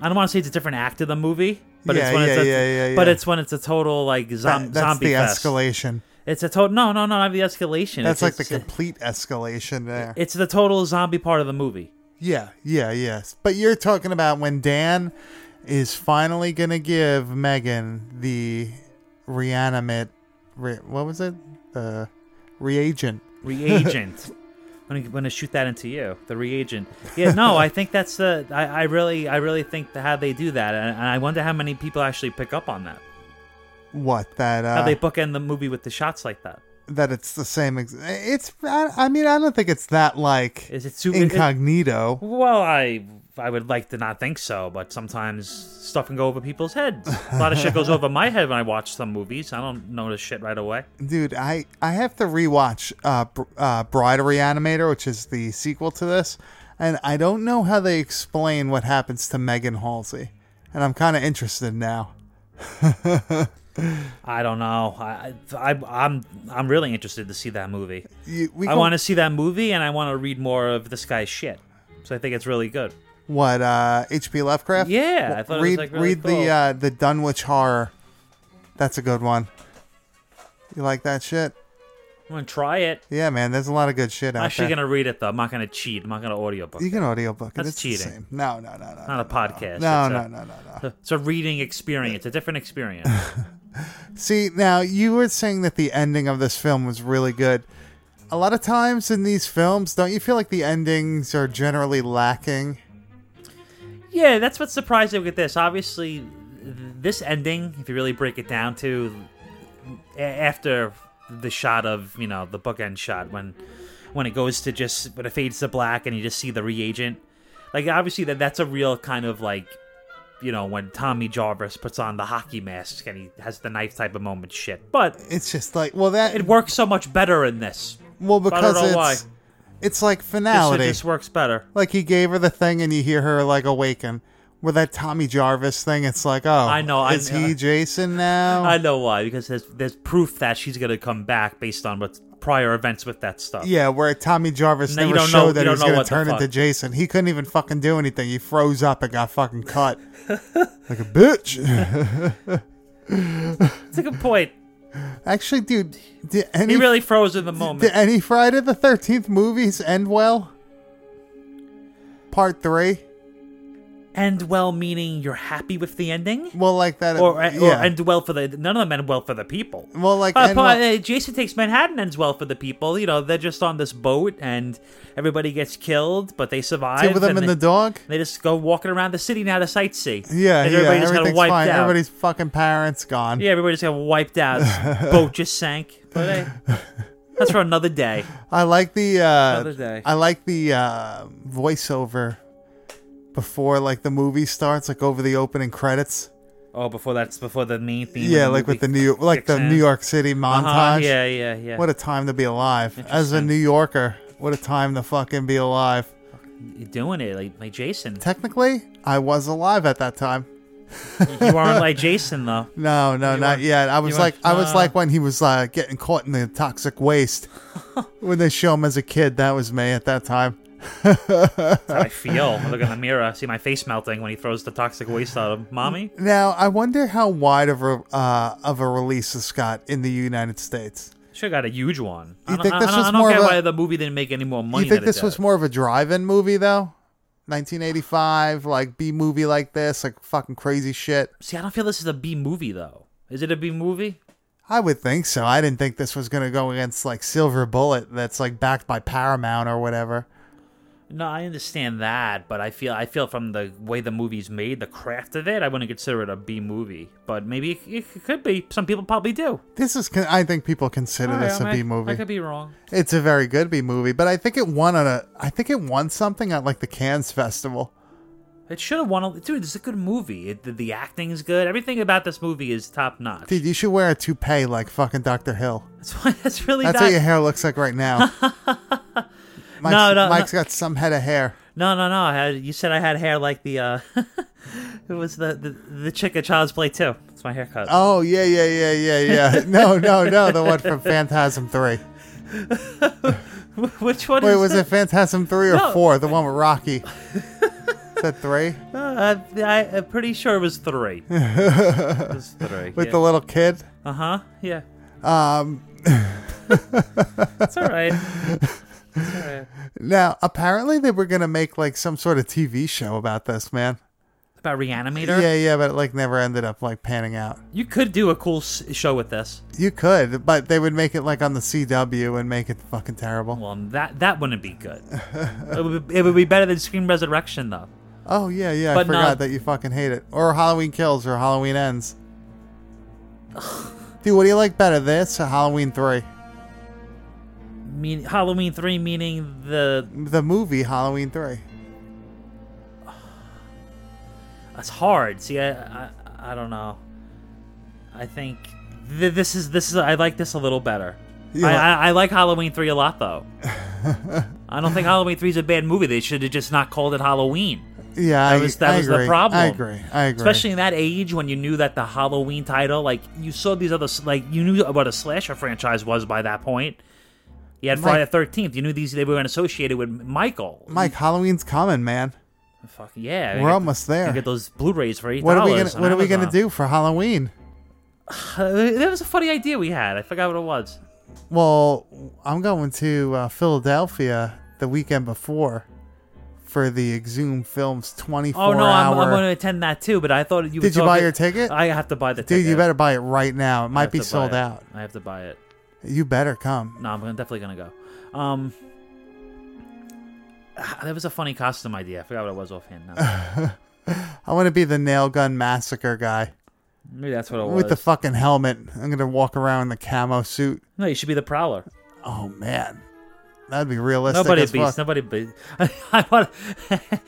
[SPEAKER 3] I don't want to say it's a different act of the movie, but
[SPEAKER 2] Yeah,
[SPEAKER 3] it's when
[SPEAKER 2] yeah,
[SPEAKER 3] it's a,
[SPEAKER 2] yeah, yeah,
[SPEAKER 3] but
[SPEAKER 2] yeah.
[SPEAKER 3] it's when it's a total like zom-
[SPEAKER 2] That- that's
[SPEAKER 3] zombie
[SPEAKER 2] the
[SPEAKER 3] fest.
[SPEAKER 2] escalation.
[SPEAKER 3] It's a total no, no, no, not the escalation.
[SPEAKER 2] That's
[SPEAKER 3] it's,
[SPEAKER 2] like the
[SPEAKER 3] it's-
[SPEAKER 2] complete escalation there.
[SPEAKER 3] It's the total zombie part of the movie.
[SPEAKER 2] yeah, yeah, yes. But you're talking about when Dan is finally gonna give Megan the reanimate. Re, what was it? The reagent. (laughs)
[SPEAKER 3] Reagent. I'm gonna, I'm gonna shoot that into you. The reagent. Yeah, no, I think that's the. I, I really, I really think the, how they do that, and, and I wonder how many people actually pick up on that.
[SPEAKER 2] What that?
[SPEAKER 3] How
[SPEAKER 2] Uh,
[SPEAKER 3] they bookend the movie with the shots like that.
[SPEAKER 2] that it's the same. Ex- it's. I, I mean, I don't think it's that like
[SPEAKER 3] Is it super-
[SPEAKER 2] incognito.
[SPEAKER 3] Well, I, I would like to not think so, but sometimes stuff can go over people's heads. A lot of shit goes over my head when I watch some movies. I don't notice shit right away.
[SPEAKER 2] Dude, I, I have to rewatch uh, Br- uh, Bride Reanimator, which is the sequel to this, and I don't know how they explain what happens to Megan Halsey, and I'm kind of interested now.
[SPEAKER 3] I don't know. I, I, I'm, I'm really interested to see that movie.
[SPEAKER 2] You, we
[SPEAKER 3] I
[SPEAKER 2] can-
[SPEAKER 3] want to see that movie and I want to read more of this guy's shit. So I think it's really good.
[SPEAKER 2] what uh, H.P. Lovecraft?
[SPEAKER 3] Yeah, I thought it was,
[SPEAKER 2] read
[SPEAKER 3] like, really
[SPEAKER 2] read
[SPEAKER 3] cool.
[SPEAKER 2] the uh, the Dunwich Horror. That's a good one. You like that shit?
[SPEAKER 3] I'm gonna try it.
[SPEAKER 2] Yeah, man, there's a lot of good shit out
[SPEAKER 3] I'm actually
[SPEAKER 2] there.
[SPEAKER 3] gonna read it though. I'm not gonna cheat. I'm not gonna audiobook.
[SPEAKER 2] You can audiobook it.
[SPEAKER 3] That's
[SPEAKER 2] it's
[SPEAKER 3] cheating.
[SPEAKER 2] The same. No, no, no, no.
[SPEAKER 3] Not a podcast.
[SPEAKER 2] No,
[SPEAKER 3] It's
[SPEAKER 2] no,
[SPEAKER 3] a-
[SPEAKER 2] no, no, no.
[SPEAKER 3] It's a reading experience. A different experience.
[SPEAKER 2] See, now you were saying that the ending of this film was really good. A lot of times in these films, don't you feel like the endings are generally lacking?
[SPEAKER 3] Yeah, that's what's surprising with this. Obviously, th- this ending, if you really break it down to a- after the shot of you know the bookend shot when when it goes to just when it fades to black and you just see the reagent, like obviously that that's a real kind of like you know when Tommy Jarvis puts on the hockey mask and he has the knife type of moment shit, but
[SPEAKER 2] It's just like, well, that
[SPEAKER 3] it works so much better in this.
[SPEAKER 2] well
[SPEAKER 3] I
[SPEAKER 2] because
[SPEAKER 3] don't know
[SPEAKER 2] it's
[SPEAKER 3] why.
[SPEAKER 2] it's like
[SPEAKER 3] This, it
[SPEAKER 2] finality.
[SPEAKER 3] just works better.
[SPEAKER 2] like he gave her the thing, and you hear her like awaken. With that Tommy Jarvis thing, it's like, oh,
[SPEAKER 3] I know, I
[SPEAKER 2] is
[SPEAKER 3] know.
[SPEAKER 2] he Jason now?
[SPEAKER 3] I know why because there's there's proof that she's gonna come back based on what prior events with that stuff.
[SPEAKER 2] yeah, where Tommy Jarvis
[SPEAKER 3] No, you
[SPEAKER 2] never
[SPEAKER 3] don't know-
[SPEAKER 2] showed that
[SPEAKER 3] you
[SPEAKER 2] he
[SPEAKER 3] don't
[SPEAKER 2] was
[SPEAKER 3] know
[SPEAKER 2] going to
[SPEAKER 3] what the
[SPEAKER 2] turn
[SPEAKER 3] fuck.
[SPEAKER 2] into Jason. He couldn't even fucking do anything. He froze up and got fucking cut (laughs) like a bitch.
[SPEAKER 3] It's a good point.
[SPEAKER 2] Actually, dude, did any
[SPEAKER 3] He really froze in the moment.
[SPEAKER 2] did any Friday the Thirteenth movies end well? Part three,
[SPEAKER 3] End well, meaning you're happy with the ending,
[SPEAKER 2] well, like that,
[SPEAKER 3] or, or
[SPEAKER 2] yeah.
[SPEAKER 3] end well for the none of them end well for the people.
[SPEAKER 2] Well, like,
[SPEAKER 3] Uh,
[SPEAKER 2] end
[SPEAKER 3] pa-
[SPEAKER 2] well-
[SPEAKER 3] uh, Jason Takes Manhattan ends well for the people. You know, they're just on this boat and everybody gets killed, but they survive.
[SPEAKER 2] two of them
[SPEAKER 3] and
[SPEAKER 2] and
[SPEAKER 3] they,
[SPEAKER 2] the dog.
[SPEAKER 3] They just go walking around the city now to sightsee.
[SPEAKER 2] Yeah,
[SPEAKER 3] and
[SPEAKER 2] yeah,
[SPEAKER 3] everybody just got
[SPEAKER 2] everything's
[SPEAKER 3] wiped
[SPEAKER 2] fine.
[SPEAKER 3] out.
[SPEAKER 2] Everybody's fucking parents gone.
[SPEAKER 3] Yeah, everybody just got wiped out.
[SPEAKER 2] (laughs)
[SPEAKER 3] This boat just sank. But hey, that's for another
[SPEAKER 2] (laughs)
[SPEAKER 3] day.
[SPEAKER 2] I like the uh,
[SPEAKER 3] Another day.
[SPEAKER 2] I like the uh, voiceover before like the movie starts, like over the opening credits.
[SPEAKER 3] Oh, before that's before the main theme. of
[SPEAKER 2] Yeah, like with the
[SPEAKER 3] movie
[SPEAKER 2] New like the
[SPEAKER 3] kicks in.
[SPEAKER 2] New York City montage.
[SPEAKER 3] Uh-huh, yeah, yeah, yeah.
[SPEAKER 2] What a time to be alive as a New Yorker. What a time to fucking be alive.
[SPEAKER 3] You're doing it like, like
[SPEAKER 2] (laughs)
[SPEAKER 3] Jason.
[SPEAKER 2] Technically, I was alive at that time.
[SPEAKER 3] You weren't like Jason though.
[SPEAKER 2] No, no, not
[SPEAKER 3] weren't-
[SPEAKER 2] yet. I was
[SPEAKER 3] weren't-
[SPEAKER 2] like, I was
[SPEAKER 3] uh.
[SPEAKER 2] like when he was uh, getting caught in the toxic
[SPEAKER 3] (laughs)
[SPEAKER 2] waste. when they show him as a kid, that was me at that time.
[SPEAKER 3] That's how I feel. I look in the
[SPEAKER 2] (laughs)
[SPEAKER 3] mirror, see my face melting when he throws the toxic waste out of him. mommy.
[SPEAKER 2] Now, I wonder how wide of a uh, of a release this got in the United States.
[SPEAKER 3] Should have got a huge one.
[SPEAKER 2] You
[SPEAKER 3] I don't,
[SPEAKER 2] think
[SPEAKER 3] I,
[SPEAKER 2] this
[SPEAKER 3] I don't,
[SPEAKER 2] was
[SPEAKER 3] I don't
[SPEAKER 2] more
[SPEAKER 3] get
[SPEAKER 2] of a-
[SPEAKER 3] why the movie didn't make any more money.
[SPEAKER 2] you think
[SPEAKER 3] than it
[SPEAKER 2] this was
[SPEAKER 3] did.
[SPEAKER 2] more of a drive-in movie though? 1985, like B movie like this, like fucking crazy shit.
[SPEAKER 3] See, I don't feel this is a B movie though. Is it a B movie?
[SPEAKER 2] I would think so. I didn't think this was gonna go against like Silver Bullet, that's like backed by Paramount or whatever.
[SPEAKER 3] No, I understand that, but I feel I feel from the way the movie's made, the craft of it, I wouldn't consider it a B movie. But maybe it, it could be. Some people probably do.
[SPEAKER 2] This is, con- I think people consider
[SPEAKER 3] All right,
[SPEAKER 2] this a
[SPEAKER 3] Oh, I-
[SPEAKER 2] B movie.
[SPEAKER 3] I could be wrong.
[SPEAKER 2] It's a very good B movie, but I think it won on a. I think it won something at like the Cannes Festival.
[SPEAKER 3] It should have won. a- Dude, this is a good movie. It, the, the acting is good. Everything about this movie is top notch.
[SPEAKER 2] Dude, you should wear a toupee like fucking Doctor Hill.
[SPEAKER 3] That's why. (laughs) That's really
[SPEAKER 2] That's
[SPEAKER 3] not,
[SPEAKER 2] what your hair looks like right
[SPEAKER 3] (laughs)
[SPEAKER 2] now. Mike's,
[SPEAKER 3] No, no,
[SPEAKER 2] Mike's
[SPEAKER 3] no.
[SPEAKER 2] got some head of hair.
[SPEAKER 3] No, no, no. I had, you said I had hair like the. uh (laughs) It was the the, the chick at Child's Play too. It's my haircut.
[SPEAKER 2] Oh yeah, yeah, yeah, yeah, yeah. (laughs) No, no, no. The one from Phantasm Three.
[SPEAKER 3] (laughs) Which one
[SPEAKER 2] Wait,
[SPEAKER 3] is
[SPEAKER 2] was it Phantasm Three or
[SPEAKER 3] No.
[SPEAKER 2] Four? The one with Rocky. Is that three
[SPEAKER 3] (laughs) Uh, I, I'm pretty sure it
[SPEAKER 2] (laughs)
[SPEAKER 3] was three.
[SPEAKER 2] Uh-huh.
[SPEAKER 3] it was three.
[SPEAKER 2] with the little kid?
[SPEAKER 3] Uh huh. Yeah. Um. it's all right.
[SPEAKER 2] Now, apparently, they were gonna make like some sort of TV show about this man.
[SPEAKER 3] About Reanimator.
[SPEAKER 2] Yeah, yeah, but it, like never ended up like panning out.
[SPEAKER 3] You could do a cool s- show with this.
[SPEAKER 2] You could, but they would make it like on the CW and make it fucking terrible.
[SPEAKER 3] Well, that that wouldn't be good. it, would be, it would be better than Scream Resurrection though.
[SPEAKER 2] Oh yeah, yeah, I
[SPEAKER 3] But
[SPEAKER 2] forgot
[SPEAKER 3] not-
[SPEAKER 2] that you fucking hate it. Or Halloween Kills or Halloween Ends. Dude, what do you like better, this or Halloween Three?
[SPEAKER 3] Mean Halloween three, meaning the
[SPEAKER 2] The movie Halloween Three.
[SPEAKER 3] it's hard. See, I I, I don't know. I think th- this is this is I like this a little better.
[SPEAKER 2] You
[SPEAKER 3] I,
[SPEAKER 2] like-
[SPEAKER 3] I, I like Halloween three a
[SPEAKER 2] (laughs)
[SPEAKER 3] lot though. I don't think Halloween three is a bad movie. They should have just not called it Halloween,
[SPEAKER 2] Yeah, I,
[SPEAKER 3] That was- that
[SPEAKER 2] I
[SPEAKER 3] was the
[SPEAKER 2] agree.
[SPEAKER 3] problem.
[SPEAKER 2] I agree. I agree.
[SPEAKER 3] especially in that age when you knew that the Halloween title, like you saw these other, s- like you knew what a slasher franchise was by that point. You had
[SPEAKER 2] Mike-
[SPEAKER 3] Friday the Thirteenth. You knew these they were associated with Michael.
[SPEAKER 2] Mike, Halloween's coming, man.
[SPEAKER 3] Fuck yeah!
[SPEAKER 2] We're
[SPEAKER 3] You get-
[SPEAKER 2] almost there.
[SPEAKER 3] you Get those Blu-rays for eight
[SPEAKER 2] What are we
[SPEAKER 3] dollars
[SPEAKER 2] gonna What
[SPEAKER 3] on
[SPEAKER 2] are we gonna
[SPEAKER 3] Amazon.
[SPEAKER 2] do for Halloween?
[SPEAKER 3] Uh, that was a funny idea we had. I forgot what it was.
[SPEAKER 2] Well, I'm going to uh, Philadelphia the weekend before for the Exhum Films 24
[SPEAKER 3] Oh no, I'm,
[SPEAKER 2] hour.
[SPEAKER 3] I'm going to attend that too. But I thought you. were
[SPEAKER 2] Did you buy
[SPEAKER 3] talking-
[SPEAKER 2] your ticket?
[SPEAKER 3] I have to buy the
[SPEAKER 2] Dude,
[SPEAKER 3] ticket.
[SPEAKER 2] you better buy it right now. It
[SPEAKER 3] I
[SPEAKER 2] might
[SPEAKER 3] have
[SPEAKER 2] be
[SPEAKER 3] to buy
[SPEAKER 2] sold
[SPEAKER 3] it.
[SPEAKER 2] out.
[SPEAKER 3] I have to buy it.
[SPEAKER 2] You better come.
[SPEAKER 3] No, I'm gonna- definitely gonna go. Um, (sighs) ah, that was a funny costume idea. I forgot what it was offhand.
[SPEAKER 2] (laughs)
[SPEAKER 3] Now.
[SPEAKER 2] I want to be the nail gun massacre guy
[SPEAKER 3] Maybe that's what it was.
[SPEAKER 2] with the fucking helmet. I'm gonna walk around in the camo suit.
[SPEAKER 3] no, you should be
[SPEAKER 2] (laughs)
[SPEAKER 3] the prowler.
[SPEAKER 2] Oh man, that'd be realistic.
[SPEAKER 3] Nobody
[SPEAKER 2] as
[SPEAKER 3] beats.
[SPEAKER 2] fuck.
[SPEAKER 3] Nobody beats. (laughs) I want.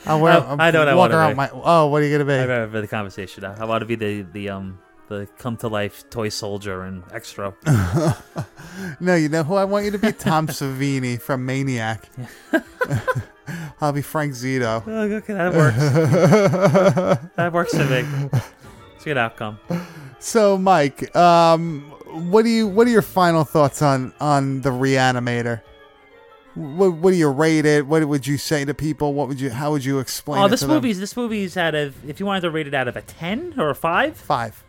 [SPEAKER 2] I, wear,
[SPEAKER 3] I know what I
[SPEAKER 2] walk
[SPEAKER 3] want
[SPEAKER 2] around
[SPEAKER 3] to
[SPEAKER 2] my. Oh, what are you
[SPEAKER 3] I
[SPEAKER 2] gonna be?
[SPEAKER 3] remember the conversation. I, I want to be the the um the come to life toy soldier and extra.
[SPEAKER 2] No, you know who I want you to be? Tom Savini from Maniac. (laughs) I'll be Frank Zito.
[SPEAKER 3] Oh, okay, that works.
[SPEAKER 2] (laughs)
[SPEAKER 3] that works to me. It's a good outcome.
[SPEAKER 2] So, Mike, um, what do you? What are your final thoughts on on the Reanimator? What, what do you rate it? What would you say to people? What would you? How would you explain?
[SPEAKER 3] Oh,
[SPEAKER 2] it
[SPEAKER 3] this
[SPEAKER 2] to them?
[SPEAKER 3] movie's this movie's out of if you wanted to rate it out of a ten or a five,
[SPEAKER 2] five.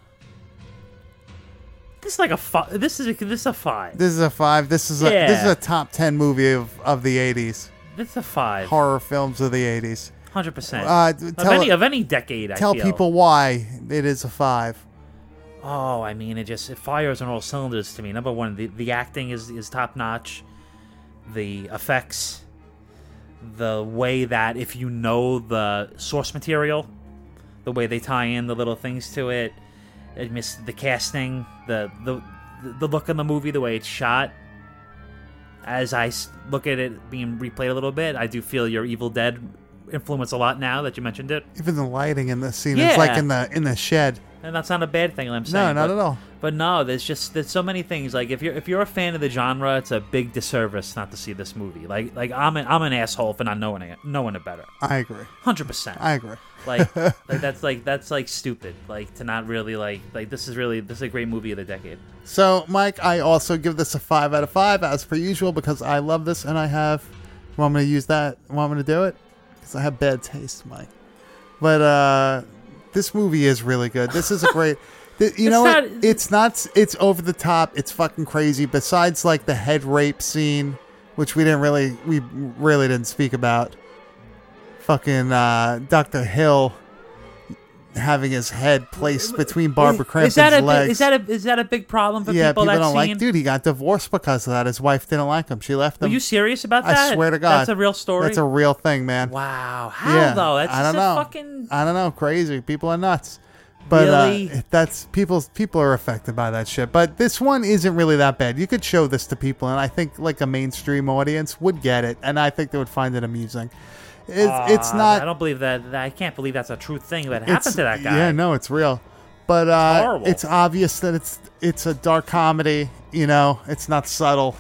[SPEAKER 3] this is like a five. This is a, this is a five.
[SPEAKER 2] This is a five. This is a this is
[SPEAKER 3] Yeah.
[SPEAKER 2] a top ten movie of, of the eighties
[SPEAKER 3] This is a five.
[SPEAKER 2] horror films of the eighties.
[SPEAKER 3] Hundred percent.
[SPEAKER 2] Uh,
[SPEAKER 3] Of
[SPEAKER 2] tell-
[SPEAKER 3] any of any decade.
[SPEAKER 2] Tell
[SPEAKER 3] I feel.
[SPEAKER 2] people why it is a five.
[SPEAKER 3] Oh, I mean, it just it fires on all cylinders to me. Number one, the, the acting is is top notch. The effects, the way that if you know the source material, the way they tie in the little things to it, it miss the casting, the the the look in the movie, the way it's shot. As I s- look at it being replayed a little bit, I do feel your Evil Dead influence a lot now that you mentioned it,
[SPEAKER 2] Even the lighting in this scene, it's like
[SPEAKER 3] Yeah.
[SPEAKER 2] in the in the shed.
[SPEAKER 3] and that's not a bad thing. I'm
[SPEAKER 2] No,
[SPEAKER 3] saying
[SPEAKER 2] not
[SPEAKER 3] but-
[SPEAKER 2] at all.
[SPEAKER 3] but no, there's just there's so many things. Like if you're if you're a fan of the genre, it's a big disservice not to see this movie. Like like I'm an I'm an asshole for not knowing it knowing it better.
[SPEAKER 2] I agree.
[SPEAKER 3] Hundred percent.
[SPEAKER 2] I agree. (laughs)
[SPEAKER 3] Like like that's like that's like stupid. Like to not really like like this is really this is a great movie of the decade.
[SPEAKER 2] So, Mike, I also give this a five out of five as per usual because I love this and I have. You want me to use that? You want me to do it? Because I have bad taste, Mike. But uh, this movie is really good. This is a
[SPEAKER 3] (laughs)
[SPEAKER 2] great. th- you know
[SPEAKER 3] It's
[SPEAKER 2] what?
[SPEAKER 3] not-
[SPEAKER 2] It's not. It's over the top. It's fucking crazy. Besides, like the head rape scene, which we didn't really, we really didn't speak about. Fucking uh, Doctor Hill having his head placed between Barbara Crampton's
[SPEAKER 3] is that a
[SPEAKER 2] legs
[SPEAKER 3] is that a is that a big problem for
[SPEAKER 2] yeah,
[SPEAKER 3] people,
[SPEAKER 2] people,
[SPEAKER 3] that
[SPEAKER 2] don't
[SPEAKER 3] scene?
[SPEAKER 2] like. Dude, he got divorced because of that. His wife didn't like him. She left
[SPEAKER 3] Are
[SPEAKER 2] him.
[SPEAKER 3] you serious about that?
[SPEAKER 2] I swear to God,
[SPEAKER 3] that's a real story.
[SPEAKER 2] That's a real thing, man.
[SPEAKER 3] wow. How
[SPEAKER 2] Yeah,
[SPEAKER 3] though? That's
[SPEAKER 2] I don't
[SPEAKER 3] just
[SPEAKER 2] know.
[SPEAKER 3] a fucking
[SPEAKER 2] I don't know. Crazy people are nuts. But
[SPEAKER 3] Really?
[SPEAKER 2] uh, that's people. People are affected by that shit. But this one isn't really that bad. You could show this to people, and I think like a mainstream audience would get it, and I think they would find it amusing. It's, it's
[SPEAKER 3] Uh,
[SPEAKER 2] not.
[SPEAKER 3] I don't believe that. that- I can't believe that's a true thing that
[SPEAKER 2] it's-
[SPEAKER 3] happened to that guy.
[SPEAKER 2] Yeah, no, it's real. But uh,
[SPEAKER 3] horrible.
[SPEAKER 2] it's obvious that it's it's a dark comedy. You know, it's not subtle.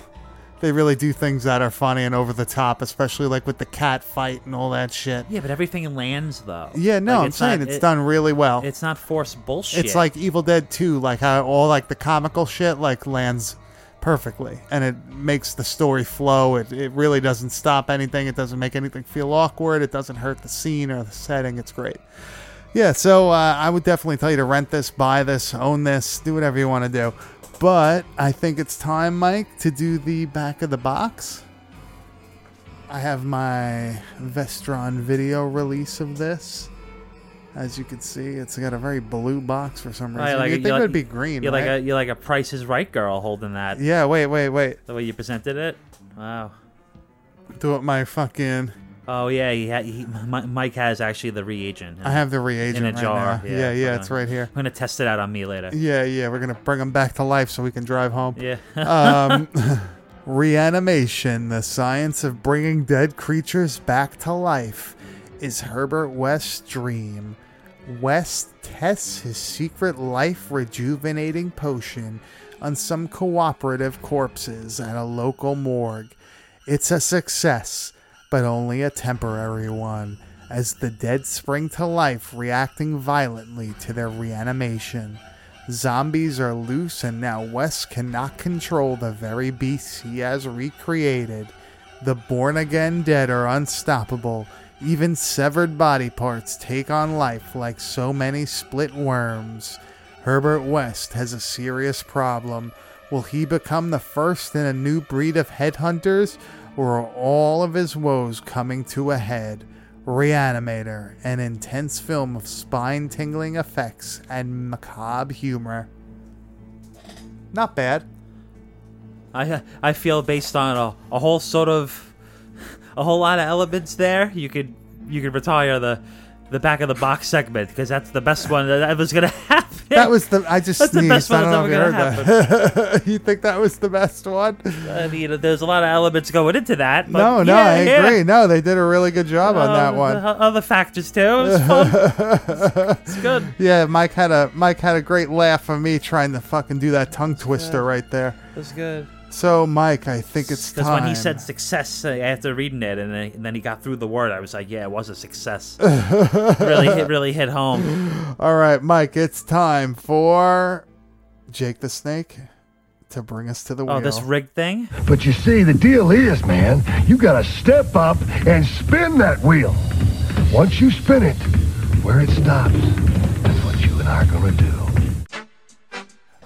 [SPEAKER 2] They really do things that are funny and over the top, especially like with the cat fight and all that shit.
[SPEAKER 3] Yeah, but everything lands though.
[SPEAKER 2] Yeah, no,
[SPEAKER 3] Like,
[SPEAKER 2] I'm saying
[SPEAKER 3] not-
[SPEAKER 2] it's
[SPEAKER 3] it-
[SPEAKER 2] done really well. It's,
[SPEAKER 3] It's not forced bullshit.
[SPEAKER 2] like Evil Dead 2, like how all like the comical shit like lands perfectly, and it makes the story flow. It it really doesn't stop anything. It doesn't make anything feel awkward. It doesn't hurt the scene or the setting. It's great. Yeah, so uh, I would definitely tell you to rent this, buy this, own this, do whatever you want to do. But I think it's time, Mike, to do the back of the box. I have my Vestron video release of this. As you can see, it's got a very blue box for some
[SPEAKER 3] Right,
[SPEAKER 2] reason.
[SPEAKER 3] Oh, like-
[SPEAKER 2] you
[SPEAKER 3] you
[SPEAKER 2] think it
[SPEAKER 3] like-
[SPEAKER 2] would be green,
[SPEAKER 3] You're
[SPEAKER 2] right?
[SPEAKER 3] like a you're like a Price is Right girl holding that.
[SPEAKER 2] yeah, wait, wait, wait.
[SPEAKER 3] The way you presented it. Wow.
[SPEAKER 2] Do it my fucking.
[SPEAKER 3] Oh yeah, he, ha- he (laughs) Mi- Mike has actually the reagent.
[SPEAKER 2] I have the reagent
[SPEAKER 3] in a
[SPEAKER 2] right
[SPEAKER 3] jar.
[SPEAKER 2] now. yeah,
[SPEAKER 3] we're
[SPEAKER 2] it's
[SPEAKER 3] gonna-
[SPEAKER 2] right here.
[SPEAKER 3] I'm gonna test it out on me later.
[SPEAKER 2] Yeah, yeah, we're gonna bring them back to life so we can drive home.
[SPEAKER 3] Yeah. (laughs)
[SPEAKER 2] Reanimation, the science of bringing dead creatures back to life, is Herbert West's dream. West tests his secret life rejuvenating potion on some cooperative corpses at a local morgue. It's a success, but only a temporary one, as the dead spring to life, reacting violently to their reanimation. Zombies are loose, and now West cannot control the very beasts he has recreated. The born again dead are unstoppable. Even severed body parts take on life like so many split worms. Herbert West has a serious problem, Will he become the first in a new breed of headhunters, or are all of his woes coming to a head? Reanimator, an intense film of spine tingling effects and macabre humor. Not bad.
[SPEAKER 3] I I feel based on a, a whole sort of (laughs) a whole lot of elements there. You could you could retire the the back of the box segment because that's the best one that was gonna (laughs) happen.
[SPEAKER 2] That was the. I just
[SPEAKER 3] That's the
[SPEAKER 2] sneezed.
[SPEAKER 3] best
[SPEAKER 2] I
[SPEAKER 3] one
[SPEAKER 2] don't
[SPEAKER 3] that's
[SPEAKER 2] know if you heard that. you think that was the best one?
[SPEAKER 3] I mean, there's a lot of elements going into that. But
[SPEAKER 2] no, no,
[SPEAKER 3] yeah,
[SPEAKER 2] I
[SPEAKER 3] yeah.
[SPEAKER 2] agree. No, they did a really good job on that
[SPEAKER 3] Uh,
[SPEAKER 2] one.
[SPEAKER 3] o- Other factors too. It
[SPEAKER 2] (laughs)
[SPEAKER 3] was fun. it's good.
[SPEAKER 2] Yeah, Mike had a Mike had a great laugh on me trying to fucking do that tongue twister right there.
[SPEAKER 3] It was good.
[SPEAKER 2] So, Mike, I think it's
[SPEAKER 3] Because
[SPEAKER 2] time.
[SPEAKER 3] when he said success uh, after reading it, and then, and then he got through the word, I was like, "Yeah, it was
[SPEAKER 2] (laughs)
[SPEAKER 3] a success." really, it really hit home.
[SPEAKER 2] "All right, Mike, it's time for Jake the Snake to bring us to the
[SPEAKER 3] Oh,
[SPEAKER 2] wheel."
[SPEAKER 3] this rigged thing.
[SPEAKER 9] But you see, the deal is, man, you gotta step up and spin that wheel. Once you spin it, where it stops, that's what you and I are gonna do.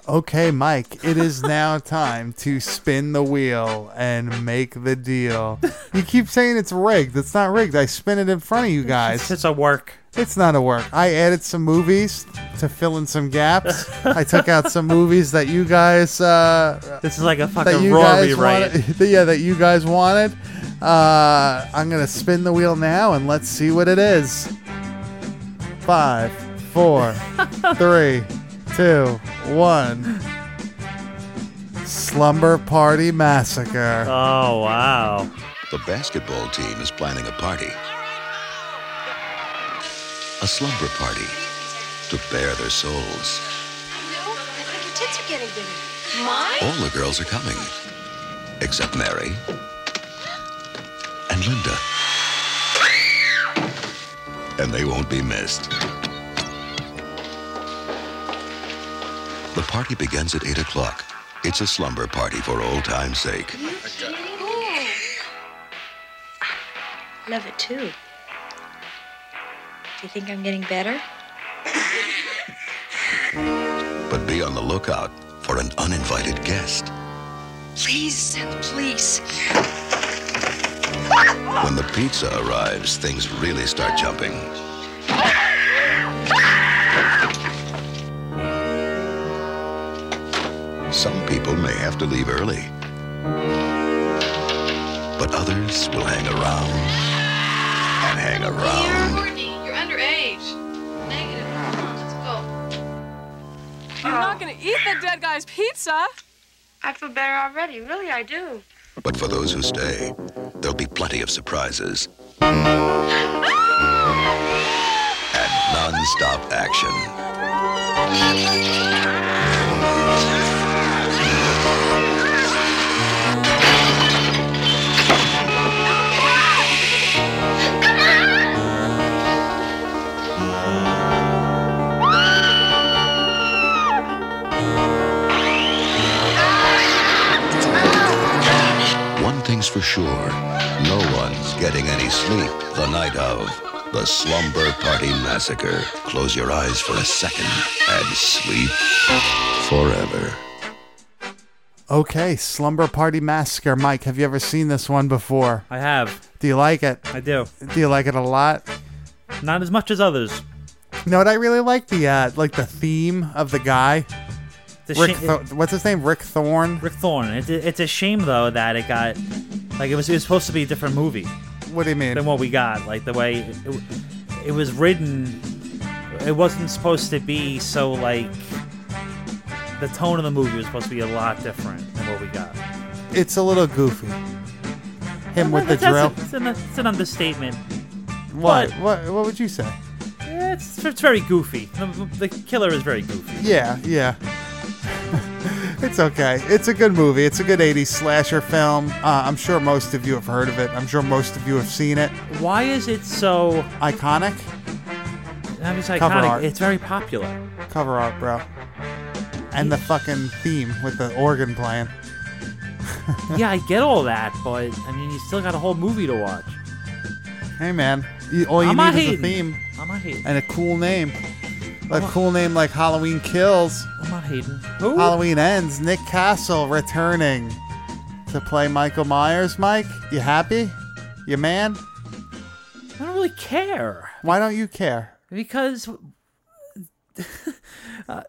[SPEAKER 2] okay, Mike, it is now time to spin the wheel and make the deal. You keep saying it's rigged. It's not rigged. I spin it in front of you guys.
[SPEAKER 3] It's just a work.
[SPEAKER 2] It's not a work. I added some movies to fill in some gaps. I took out some movies that you guys uh,
[SPEAKER 3] This is like a
[SPEAKER 2] that
[SPEAKER 3] fucking
[SPEAKER 2] you
[SPEAKER 3] raw
[SPEAKER 2] guys
[SPEAKER 3] rewrite.
[SPEAKER 2] wanted. (laughs) yeah, that you guys wanted. Uh, I'm gonna spin the wheel now and let's see what it is. Five, four, three, two, one. Slumber Party Massacre.
[SPEAKER 3] Oh wow!
[SPEAKER 10] The basketball team is planning a party. A slumber party to bare their souls.
[SPEAKER 11] No, I think your tits are getting bigger. Mine?
[SPEAKER 10] All the girls are coming, except Mary and Linda. And they won't be missed. The party begins at 8 o'clock. It's a slumber party for old time's sake.
[SPEAKER 11] Love it too. Do you think I'm getting better?
[SPEAKER 10] But be on the lookout for an uninvited guest.
[SPEAKER 11] Please, please.
[SPEAKER 10] When the pizza arrives, things really start jumping. Some people may have to leave early, but others will hang around and hang around.
[SPEAKER 12] Courtney, you're underage. Negative. Come on, let's go.
[SPEAKER 13] You're not gonna eat that dead guy's pizza. I feel better already. Really, I do.
[SPEAKER 10] But for those who stay, there'll be plenty of surprises
[SPEAKER 12] Ah!
[SPEAKER 10] and non-stop action. One thing's for sure, no one's getting any sleep the night of the Slumber Party Massacre. Close your eyes for a second and sleep forever.
[SPEAKER 2] Okay, Slumber Party Massacre. Mike, have you ever seen this one before?
[SPEAKER 3] I have.
[SPEAKER 2] Do you like it?
[SPEAKER 3] I do.
[SPEAKER 2] Do you like it a lot?
[SPEAKER 3] Not as much as others.
[SPEAKER 2] You know what I really like the uh, like the theme of the guy.
[SPEAKER 3] The
[SPEAKER 2] Rick,
[SPEAKER 3] sh-
[SPEAKER 2] Thor- what's his name? Rick Thorne.
[SPEAKER 3] Rick Thorne. It's, it's a shame though that it got like it was it was supposed to be a different movie.
[SPEAKER 2] What do you mean?
[SPEAKER 3] Than what we got. Like the way it, it, was written, it wasn't supposed to be so like. The tone of the movie was supposed to be a lot different than what we got.
[SPEAKER 2] It's a little goofy. Him with the
[SPEAKER 3] That's a-
[SPEAKER 2] drill.
[SPEAKER 3] it's, an, it's an understatement.
[SPEAKER 2] What? What? What would you say?
[SPEAKER 3] Yeah, It's, it's very goofy. The, the killer is very goofy.
[SPEAKER 2] Yeah, yeah. (laughs) it's okay. It's a good movie. It's a good '80s slasher film. Uh, I'm sure most of you have heard of it. I'm sure most of you have seen it.
[SPEAKER 3] Why is it so
[SPEAKER 2] iconic?
[SPEAKER 3] That was
[SPEAKER 2] Cover
[SPEAKER 3] iconic.
[SPEAKER 2] art.
[SPEAKER 3] It's very popular.
[SPEAKER 2] Cover art, bro. And the fucking theme with the organ playing.
[SPEAKER 3] yeah, I get all that, but I mean, you still got a whole movie to watch.
[SPEAKER 2] Hey man, you, all you
[SPEAKER 3] I'm
[SPEAKER 2] need
[SPEAKER 3] not
[SPEAKER 2] is a
[SPEAKER 3] hating.
[SPEAKER 2] theme
[SPEAKER 3] I'm not hating.
[SPEAKER 2] and a cool name. A cool name like Halloween Kills.
[SPEAKER 3] I'm not hating.
[SPEAKER 2] Halloween Ends. Nick Castle returning to play Michael Myers. Mike, you happy? You man?
[SPEAKER 3] I don't really care.
[SPEAKER 2] Why don't you care?
[SPEAKER 3] Because (laughs) uh,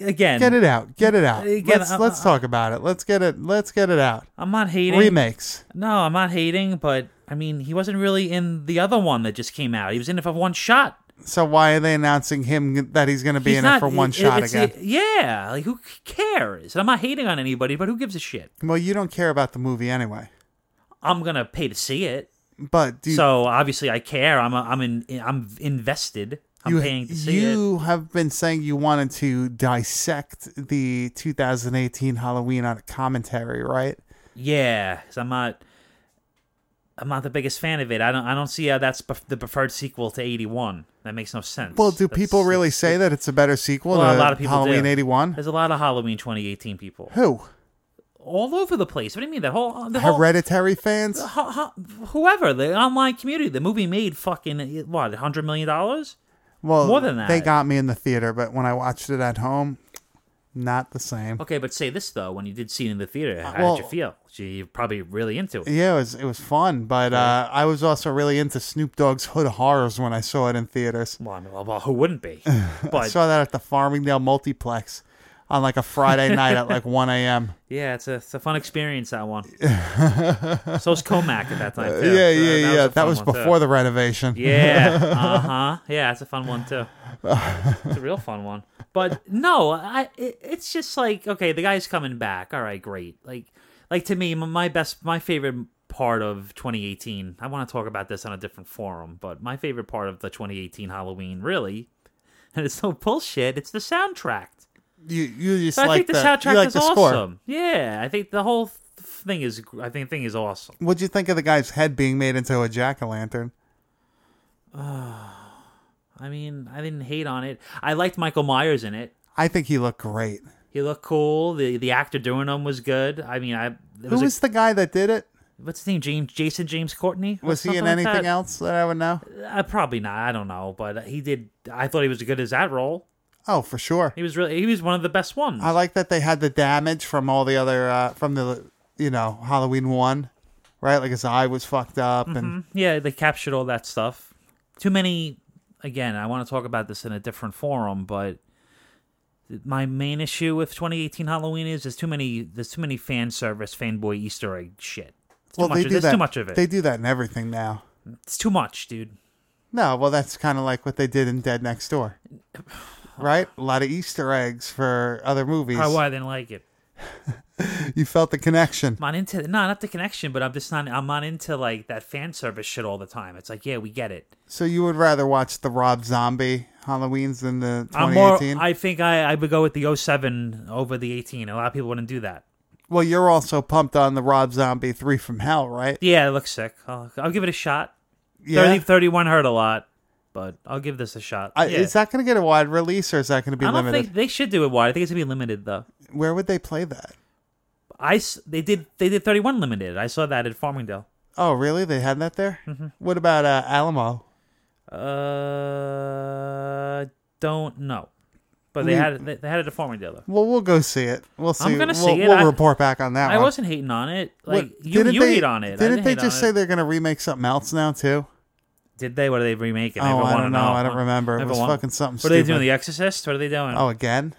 [SPEAKER 3] again,
[SPEAKER 2] Get it out. Get it out.
[SPEAKER 3] Again,
[SPEAKER 2] let's
[SPEAKER 3] I-
[SPEAKER 2] let's
[SPEAKER 3] I-
[SPEAKER 2] talk about it. Let's get it. Let's get it out.
[SPEAKER 3] I'm not hating
[SPEAKER 2] remakes.
[SPEAKER 3] No, I'm not hating, but I mean, he wasn't really in the other one that just came out. He was in it for one shot.
[SPEAKER 2] So why are they announcing him that he's going to be
[SPEAKER 3] He's
[SPEAKER 2] in
[SPEAKER 3] not-
[SPEAKER 2] it for one
[SPEAKER 3] it-
[SPEAKER 2] shot
[SPEAKER 3] it's-
[SPEAKER 2] again?
[SPEAKER 3] it- yeah, like who cares? And I'm not hating on anybody, but who gives a shit?
[SPEAKER 2] well, you don't care about the movie anyway.
[SPEAKER 3] I'm gonna pay to see it.
[SPEAKER 2] But do you-
[SPEAKER 3] so obviously, I care. I'm a, I'm in I'm invested. I'm
[SPEAKER 2] you,
[SPEAKER 3] paying to see it.
[SPEAKER 2] you have been saying you wanted to dissect the 2018 Halloween on a commentary, right?
[SPEAKER 3] Yeah, 'cause I'm not. I'm not the biggest fan of it. I don't. I don't see how that's pref- the preferred sequel to '81. That makes no sense.
[SPEAKER 2] Well, do
[SPEAKER 3] That's-
[SPEAKER 2] people really say that it's a better sequel
[SPEAKER 3] Well,
[SPEAKER 2] to
[SPEAKER 3] a lot of people
[SPEAKER 2] Halloween
[SPEAKER 3] do.
[SPEAKER 2] '81?
[SPEAKER 3] There's a lot of Halloween 2018 people
[SPEAKER 2] Who?
[SPEAKER 3] all over the place. What do you mean? The whole the whole
[SPEAKER 2] Hereditary fans?
[SPEAKER 3] ho- ho- whoever the online community. The movie made fucking what 100 million dollars.
[SPEAKER 2] Well,
[SPEAKER 3] more than that.
[SPEAKER 2] They got me in the theater, but when I watched it at home, not the same.
[SPEAKER 3] Okay, but say this though: when you did see it in the theater, how
[SPEAKER 2] well-
[SPEAKER 3] did you feel? You're probably really into it.
[SPEAKER 2] Yeah, it was it was fun, but uh, I was also really into Snoop Dogg's Hood Horrors when I saw it in theaters.
[SPEAKER 3] Well, I mean, well, who
[SPEAKER 2] (laughs)
[SPEAKER 3] wouldn't be?
[SPEAKER 2] I
[SPEAKER 3] But
[SPEAKER 2] saw that at the Farmingdale Multiplex on like a Friday night at
[SPEAKER 3] (laughs)
[SPEAKER 2] like 1 a.m.
[SPEAKER 3] yeah, it's a, it's a fun experience that
[SPEAKER 2] (laughs)
[SPEAKER 3] one. so was Comac at that time
[SPEAKER 2] Uh,
[SPEAKER 3] too.
[SPEAKER 2] yeah,
[SPEAKER 3] Uh,
[SPEAKER 2] yeah,
[SPEAKER 3] that
[SPEAKER 2] yeah.
[SPEAKER 3] a
[SPEAKER 2] That
[SPEAKER 3] fun
[SPEAKER 2] was
[SPEAKER 3] one, too.
[SPEAKER 2] before the (laughs) renovation.
[SPEAKER 3] Yeah. Uh huh. Yeah, it's a fun one
[SPEAKER 2] (laughs)
[SPEAKER 3] too. It's a real fun one. But no, I. It, it's just like okay, the guy's coming back. All right, great. Like, like to me, m- my best, my favorite part of 2018. I want to talk about this on a different forum, but my favorite part of the 2018 Halloween, really, (laughs) and it's no bullshit. It's the soundtrack.
[SPEAKER 2] You you just
[SPEAKER 3] So I
[SPEAKER 2] like
[SPEAKER 3] think the, soundtrack
[SPEAKER 2] you like
[SPEAKER 3] is
[SPEAKER 2] the score.
[SPEAKER 3] awesome. Yeah, I think the whole th- thing is. gr- I think thing is awesome.
[SPEAKER 2] What'd you think of the guy's head being made into a jack o' lantern?
[SPEAKER 3] I mean, I didn't hate on it. I liked Michael Myers in it.
[SPEAKER 2] I think he looked great.
[SPEAKER 3] He looked cool. The the actor doing him was good. I mean, I it
[SPEAKER 2] Who
[SPEAKER 3] a-
[SPEAKER 2] was the guy that did it?
[SPEAKER 3] what's his name? James Jason James Courtney. or
[SPEAKER 2] Was he in
[SPEAKER 3] something like
[SPEAKER 2] anything
[SPEAKER 3] that?
[SPEAKER 2] else that I would know?
[SPEAKER 3] Uh, probably not. I don't know, but he did. I thought he was good as that role.
[SPEAKER 2] Oh, for sure.
[SPEAKER 3] He was really. He was one of the best ones.
[SPEAKER 2] I like that they had the damage from all the other uh, from the you know Halloween one, right? Like his eye was fucked up and
[SPEAKER 3] Mhm. yeah, they captured all that stuff. Too many. Again, I want to talk about this in a different forum, but my main issue with 2018 Halloween is there's too many there's too many fan service fanboy Easter egg shit. It's too
[SPEAKER 2] well
[SPEAKER 3] much
[SPEAKER 2] they
[SPEAKER 3] of,
[SPEAKER 2] do
[SPEAKER 3] there's
[SPEAKER 2] that.
[SPEAKER 3] too much of it.
[SPEAKER 2] They do that in everything now.
[SPEAKER 3] It's too much, dude.
[SPEAKER 2] No, well that's kind of like what they did in Dead Next Door, right? A lot of Easter eggs for other movies.
[SPEAKER 3] Probably why I didn't like it.
[SPEAKER 2] You felt the connection.
[SPEAKER 3] I'm not into no, not the connection, but I'm just not. I'm not into like that fan service shit all the time. It's like, yeah, we get it.
[SPEAKER 2] So you would rather watch the Rob Zombie Halloweens than the
[SPEAKER 3] I'm more.
[SPEAKER 2] 2018?
[SPEAKER 3] I think I, I would go with the 07 over the 18. A lot of people wouldn't do that.
[SPEAKER 2] Well, you're also pumped on the Rob Zombie Three from Hell, right?
[SPEAKER 3] Yeah, it looks sick. I'll, I'll give it a shot.
[SPEAKER 2] Yeah?
[SPEAKER 3] 30, 31 hurt a lot, but I'll give this a shot.
[SPEAKER 2] I,
[SPEAKER 3] yeah.
[SPEAKER 2] Is that going to get a wide release or is that going to be
[SPEAKER 3] I don't
[SPEAKER 2] limited?
[SPEAKER 3] think they should do it wide. I think it's gonna be limited though.
[SPEAKER 2] Where would they play that?
[SPEAKER 3] I s- they did they did 31 limited. I saw that at Farmingdale.
[SPEAKER 2] Oh, really? They had that there?
[SPEAKER 3] Mhm.
[SPEAKER 2] What about uh, Alamo?
[SPEAKER 3] Uh, don't know, but they
[SPEAKER 2] We-
[SPEAKER 3] had it. They, they had it at Farmingdale though.
[SPEAKER 2] Well, we'll go see it. We'll see.
[SPEAKER 3] I'm
[SPEAKER 2] we'll,
[SPEAKER 3] gonna see it.
[SPEAKER 2] We'll
[SPEAKER 3] I-
[SPEAKER 2] report back on that
[SPEAKER 3] I
[SPEAKER 2] one.
[SPEAKER 3] wasn't hating on it.
[SPEAKER 2] What-
[SPEAKER 3] Like you,
[SPEAKER 2] didn't
[SPEAKER 3] you
[SPEAKER 2] they-
[SPEAKER 3] hate on it. I
[SPEAKER 2] Didn't, they
[SPEAKER 3] hate on
[SPEAKER 2] just
[SPEAKER 3] it.
[SPEAKER 2] say they're going to remake something else now too?
[SPEAKER 3] Did they? What are they remaking?
[SPEAKER 2] Oh,
[SPEAKER 3] never
[SPEAKER 2] I
[SPEAKER 3] wanna
[SPEAKER 2] don't know. I don't remember. It
[SPEAKER 3] Never
[SPEAKER 2] was
[SPEAKER 3] wanna-
[SPEAKER 2] fucking something
[SPEAKER 3] What are they doing?
[SPEAKER 2] stupid.
[SPEAKER 3] The Exorcist? What are they doing?
[SPEAKER 2] Oh,
[SPEAKER 3] (laughs)
[SPEAKER 2] again?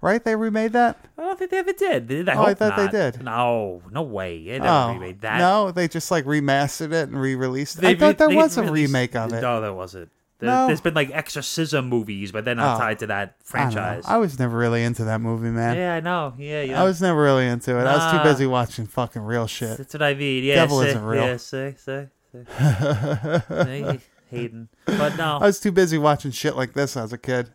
[SPEAKER 2] right? They remade that?
[SPEAKER 3] I don't think Oh, they ever did. Did they? I,
[SPEAKER 2] Oh, I
[SPEAKER 3] hope
[SPEAKER 2] thought they
[SPEAKER 3] not.
[SPEAKER 2] did.
[SPEAKER 3] No, no way. They never
[SPEAKER 2] oh,
[SPEAKER 3] remade that.
[SPEAKER 2] no, they just like remastered it and re-released it.
[SPEAKER 3] They
[SPEAKER 2] I thought there
[SPEAKER 3] re- they
[SPEAKER 2] was a
[SPEAKER 3] released-
[SPEAKER 2] remake of it.
[SPEAKER 3] No, there wasn't. There,
[SPEAKER 2] No.
[SPEAKER 3] There's been like exorcism movies, but they're not
[SPEAKER 2] Oh.
[SPEAKER 3] tied to that
[SPEAKER 2] I don't know.
[SPEAKER 3] franchise.
[SPEAKER 2] I, was never really into that movie, man.
[SPEAKER 3] yeah, I know. Yeah, yeah.
[SPEAKER 2] I was never really into it. I was
[SPEAKER 3] Nah.
[SPEAKER 2] too busy watching fucking real shit.
[SPEAKER 3] That's what I mean. Yeah,
[SPEAKER 2] Devil
[SPEAKER 3] see,
[SPEAKER 2] isn't real.
[SPEAKER 3] Yeah, see, see,
[SPEAKER 2] (laughs)
[SPEAKER 3] see. Hayden. But no,
[SPEAKER 2] I was too busy watching shit like this as a kid.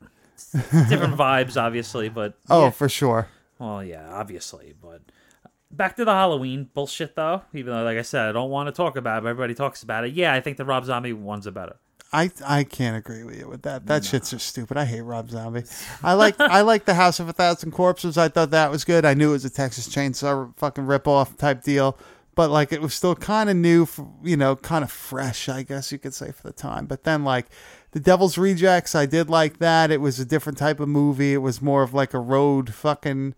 [SPEAKER 3] different vibes, obviously. But
[SPEAKER 2] Oh,
[SPEAKER 3] yeah.
[SPEAKER 2] for sure.
[SPEAKER 3] Well, yeah, obviously, but back to the Halloween bullshit though. Even though, like I said, I don't want to talk about it. But everybody talks about it. Yeah, I think the Rob Zombie ones are better.
[SPEAKER 2] I I can't agree with you with that. That shit's just stupid. I hate Rob Zombie. I like
[SPEAKER 3] (laughs)
[SPEAKER 2] I like the House of a Thousand Corpses. I thought that was good. I knew it was a Texas Chainsaw fucking ripoff type deal, but like it was still kind of new, f you know, kind of fresh, I guess you could say for the time. But then like The Devil's Rejects, I did like that. It was a different type of movie. It was more of like a road fucking,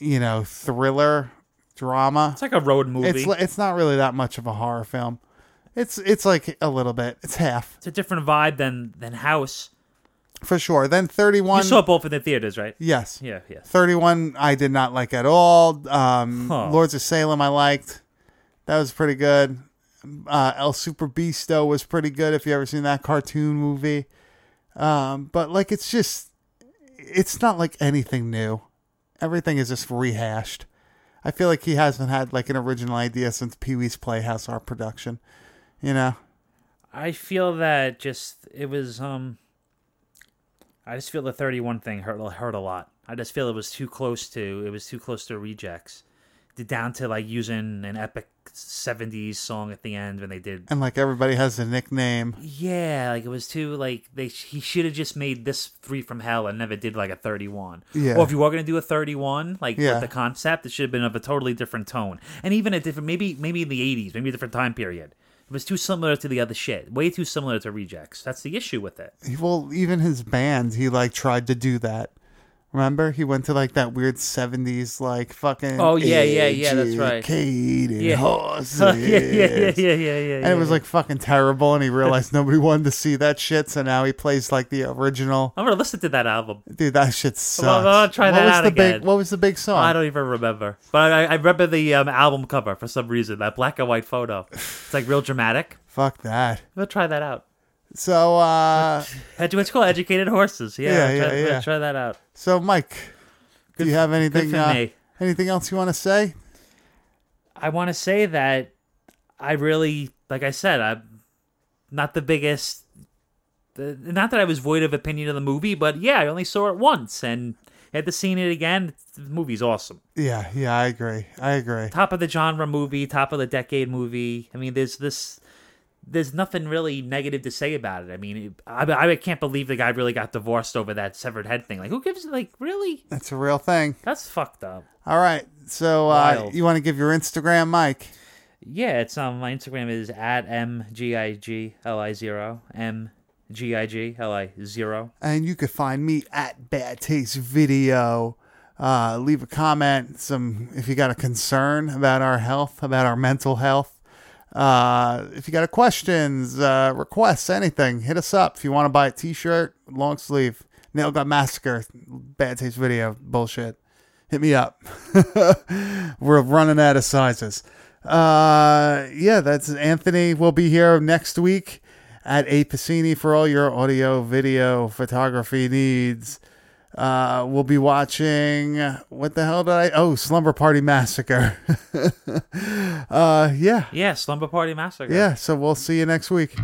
[SPEAKER 2] you know, thriller drama. It's
[SPEAKER 3] like a road movie.
[SPEAKER 2] It's li- it's not really that much of a horror film. It's it's like a little bit. It's half
[SPEAKER 3] It's a different vibe than than House.
[SPEAKER 2] for sure. Then 31
[SPEAKER 3] You saw both in the theaters, right?
[SPEAKER 2] Yes.
[SPEAKER 3] Yeah, yes.
[SPEAKER 2] 31 I did not like at all. Um,
[SPEAKER 3] Oh.
[SPEAKER 2] Lords of Salem I liked. That was pretty good. Uh, El Super Bisto was pretty good if you ever seen that cartoon movie. Um, but like it's just it's not like anything new. Everything is just rehashed. I feel like he hasn't had like an original idea since Pee-wee's Playhouse our production. You know.
[SPEAKER 3] I feel that just it was um I just feel the 31 thing hurt hurt a lot. I just feel it was too close to it was too close to rejects. D- Down to like using an epic 70s song at the end when they did
[SPEAKER 2] And like everybody has a nickname.
[SPEAKER 3] Yeah, like it was too like they he should have just made this three from hell and never did like a thirty one.
[SPEAKER 2] Yeah.
[SPEAKER 3] Or if you were gonna do a thirty one, like
[SPEAKER 2] Yeah.
[SPEAKER 3] with the concept, it should have been of a totally different tone. And even a different maybe maybe in the eighties, maybe a different time period. It was too similar to the other shit. Way too similar to rejects. That's the issue
[SPEAKER 2] (laughs)
[SPEAKER 3] with it.
[SPEAKER 2] He- well even his band he like tried to do that remember he went to like that weird 70s like fucking
[SPEAKER 3] Oh, yeah, yeah, yeah, that's right.
[SPEAKER 2] educated
[SPEAKER 3] Yeah. (laughs)
[SPEAKER 2] horses.
[SPEAKER 3] Yeah, yeah, yeah, yeah, yeah, yeah,
[SPEAKER 2] and
[SPEAKER 3] yeah,
[SPEAKER 2] it was
[SPEAKER 3] yeah.
[SPEAKER 2] like fucking terrible and he
[SPEAKER 3] (laughs)
[SPEAKER 2] realized nobody wanted to see that shit so now he plays like the original
[SPEAKER 3] I'm gonna listen to that album.
[SPEAKER 2] dude that shit sucks
[SPEAKER 3] Well, I'll try
[SPEAKER 2] what
[SPEAKER 3] that
[SPEAKER 2] was
[SPEAKER 3] out
[SPEAKER 2] the
[SPEAKER 3] again.
[SPEAKER 2] big what was the big song
[SPEAKER 3] I don't even remember, but I, I remember the um, album cover for some reason. That black and white photo. It's like real dramatic.
[SPEAKER 2] fuck that
[SPEAKER 3] We'll try that out.
[SPEAKER 2] so uh
[SPEAKER 3] Edu- It's called Educated Horses. Yeah,
[SPEAKER 2] Yeah,
[SPEAKER 3] try,
[SPEAKER 2] yeah, yeah.
[SPEAKER 3] try that out.
[SPEAKER 2] so mike do you have anything
[SPEAKER 3] for
[SPEAKER 2] uh,
[SPEAKER 3] me.
[SPEAKER 2] anything else you want to say
[SPEAKER 3] I want to say that I really, like I said, I'm not the biggest. The, not that I was void of opinion of the movie, but yeah, I only saw it once and had to seen it again. The movie's awesome.
[SPEAKER 2] yeah yeah i agree i agree
[SPEAKER 3] Top of the genre movie, top of the decade movie. I mean, there's this. There's nothing really negative to say about it. I mean, it, I, I can't believe the guy really got divorced over that severed head thing. Like, who gives? Like, really?
[SPEAKER 2] that's a real thing
[SPEAKER 3] That's fucked up.
[SPEAKER 2] All right. So uh,
[SPEAKER 3] Wild.
[SPEAKER 2] you want to give your Instagram, Mike?
[SPEAKER 3] Yeah, it's um my Instagram is at m g i g l i zero m g i g l i zero.
[SPEAKER 2] And you can find me at Bad Taste Video. Uh, leave a comment. Some if you got a concern about our health, about our mental health. Uh, if you got a questions, uh, requests, anything, hit us up. If you want to buy a T-shirt, long sleeve, nail gun massacre, Bad Taste Video bullshit. Hit me up. (laughs) We're running out of sizes. Uh, yeah, that's Anthony. will be here next week at A Piscini for all your audio, video, photography needs. Uh, we'll be watching what the hell did I? Oh, Slumber Party Massacre. (laughs) uh, yeah,
[SPEAKER 3] Yeah, slumber party massacre.
[SPEAKER 2] yeah. So we'll see you next week.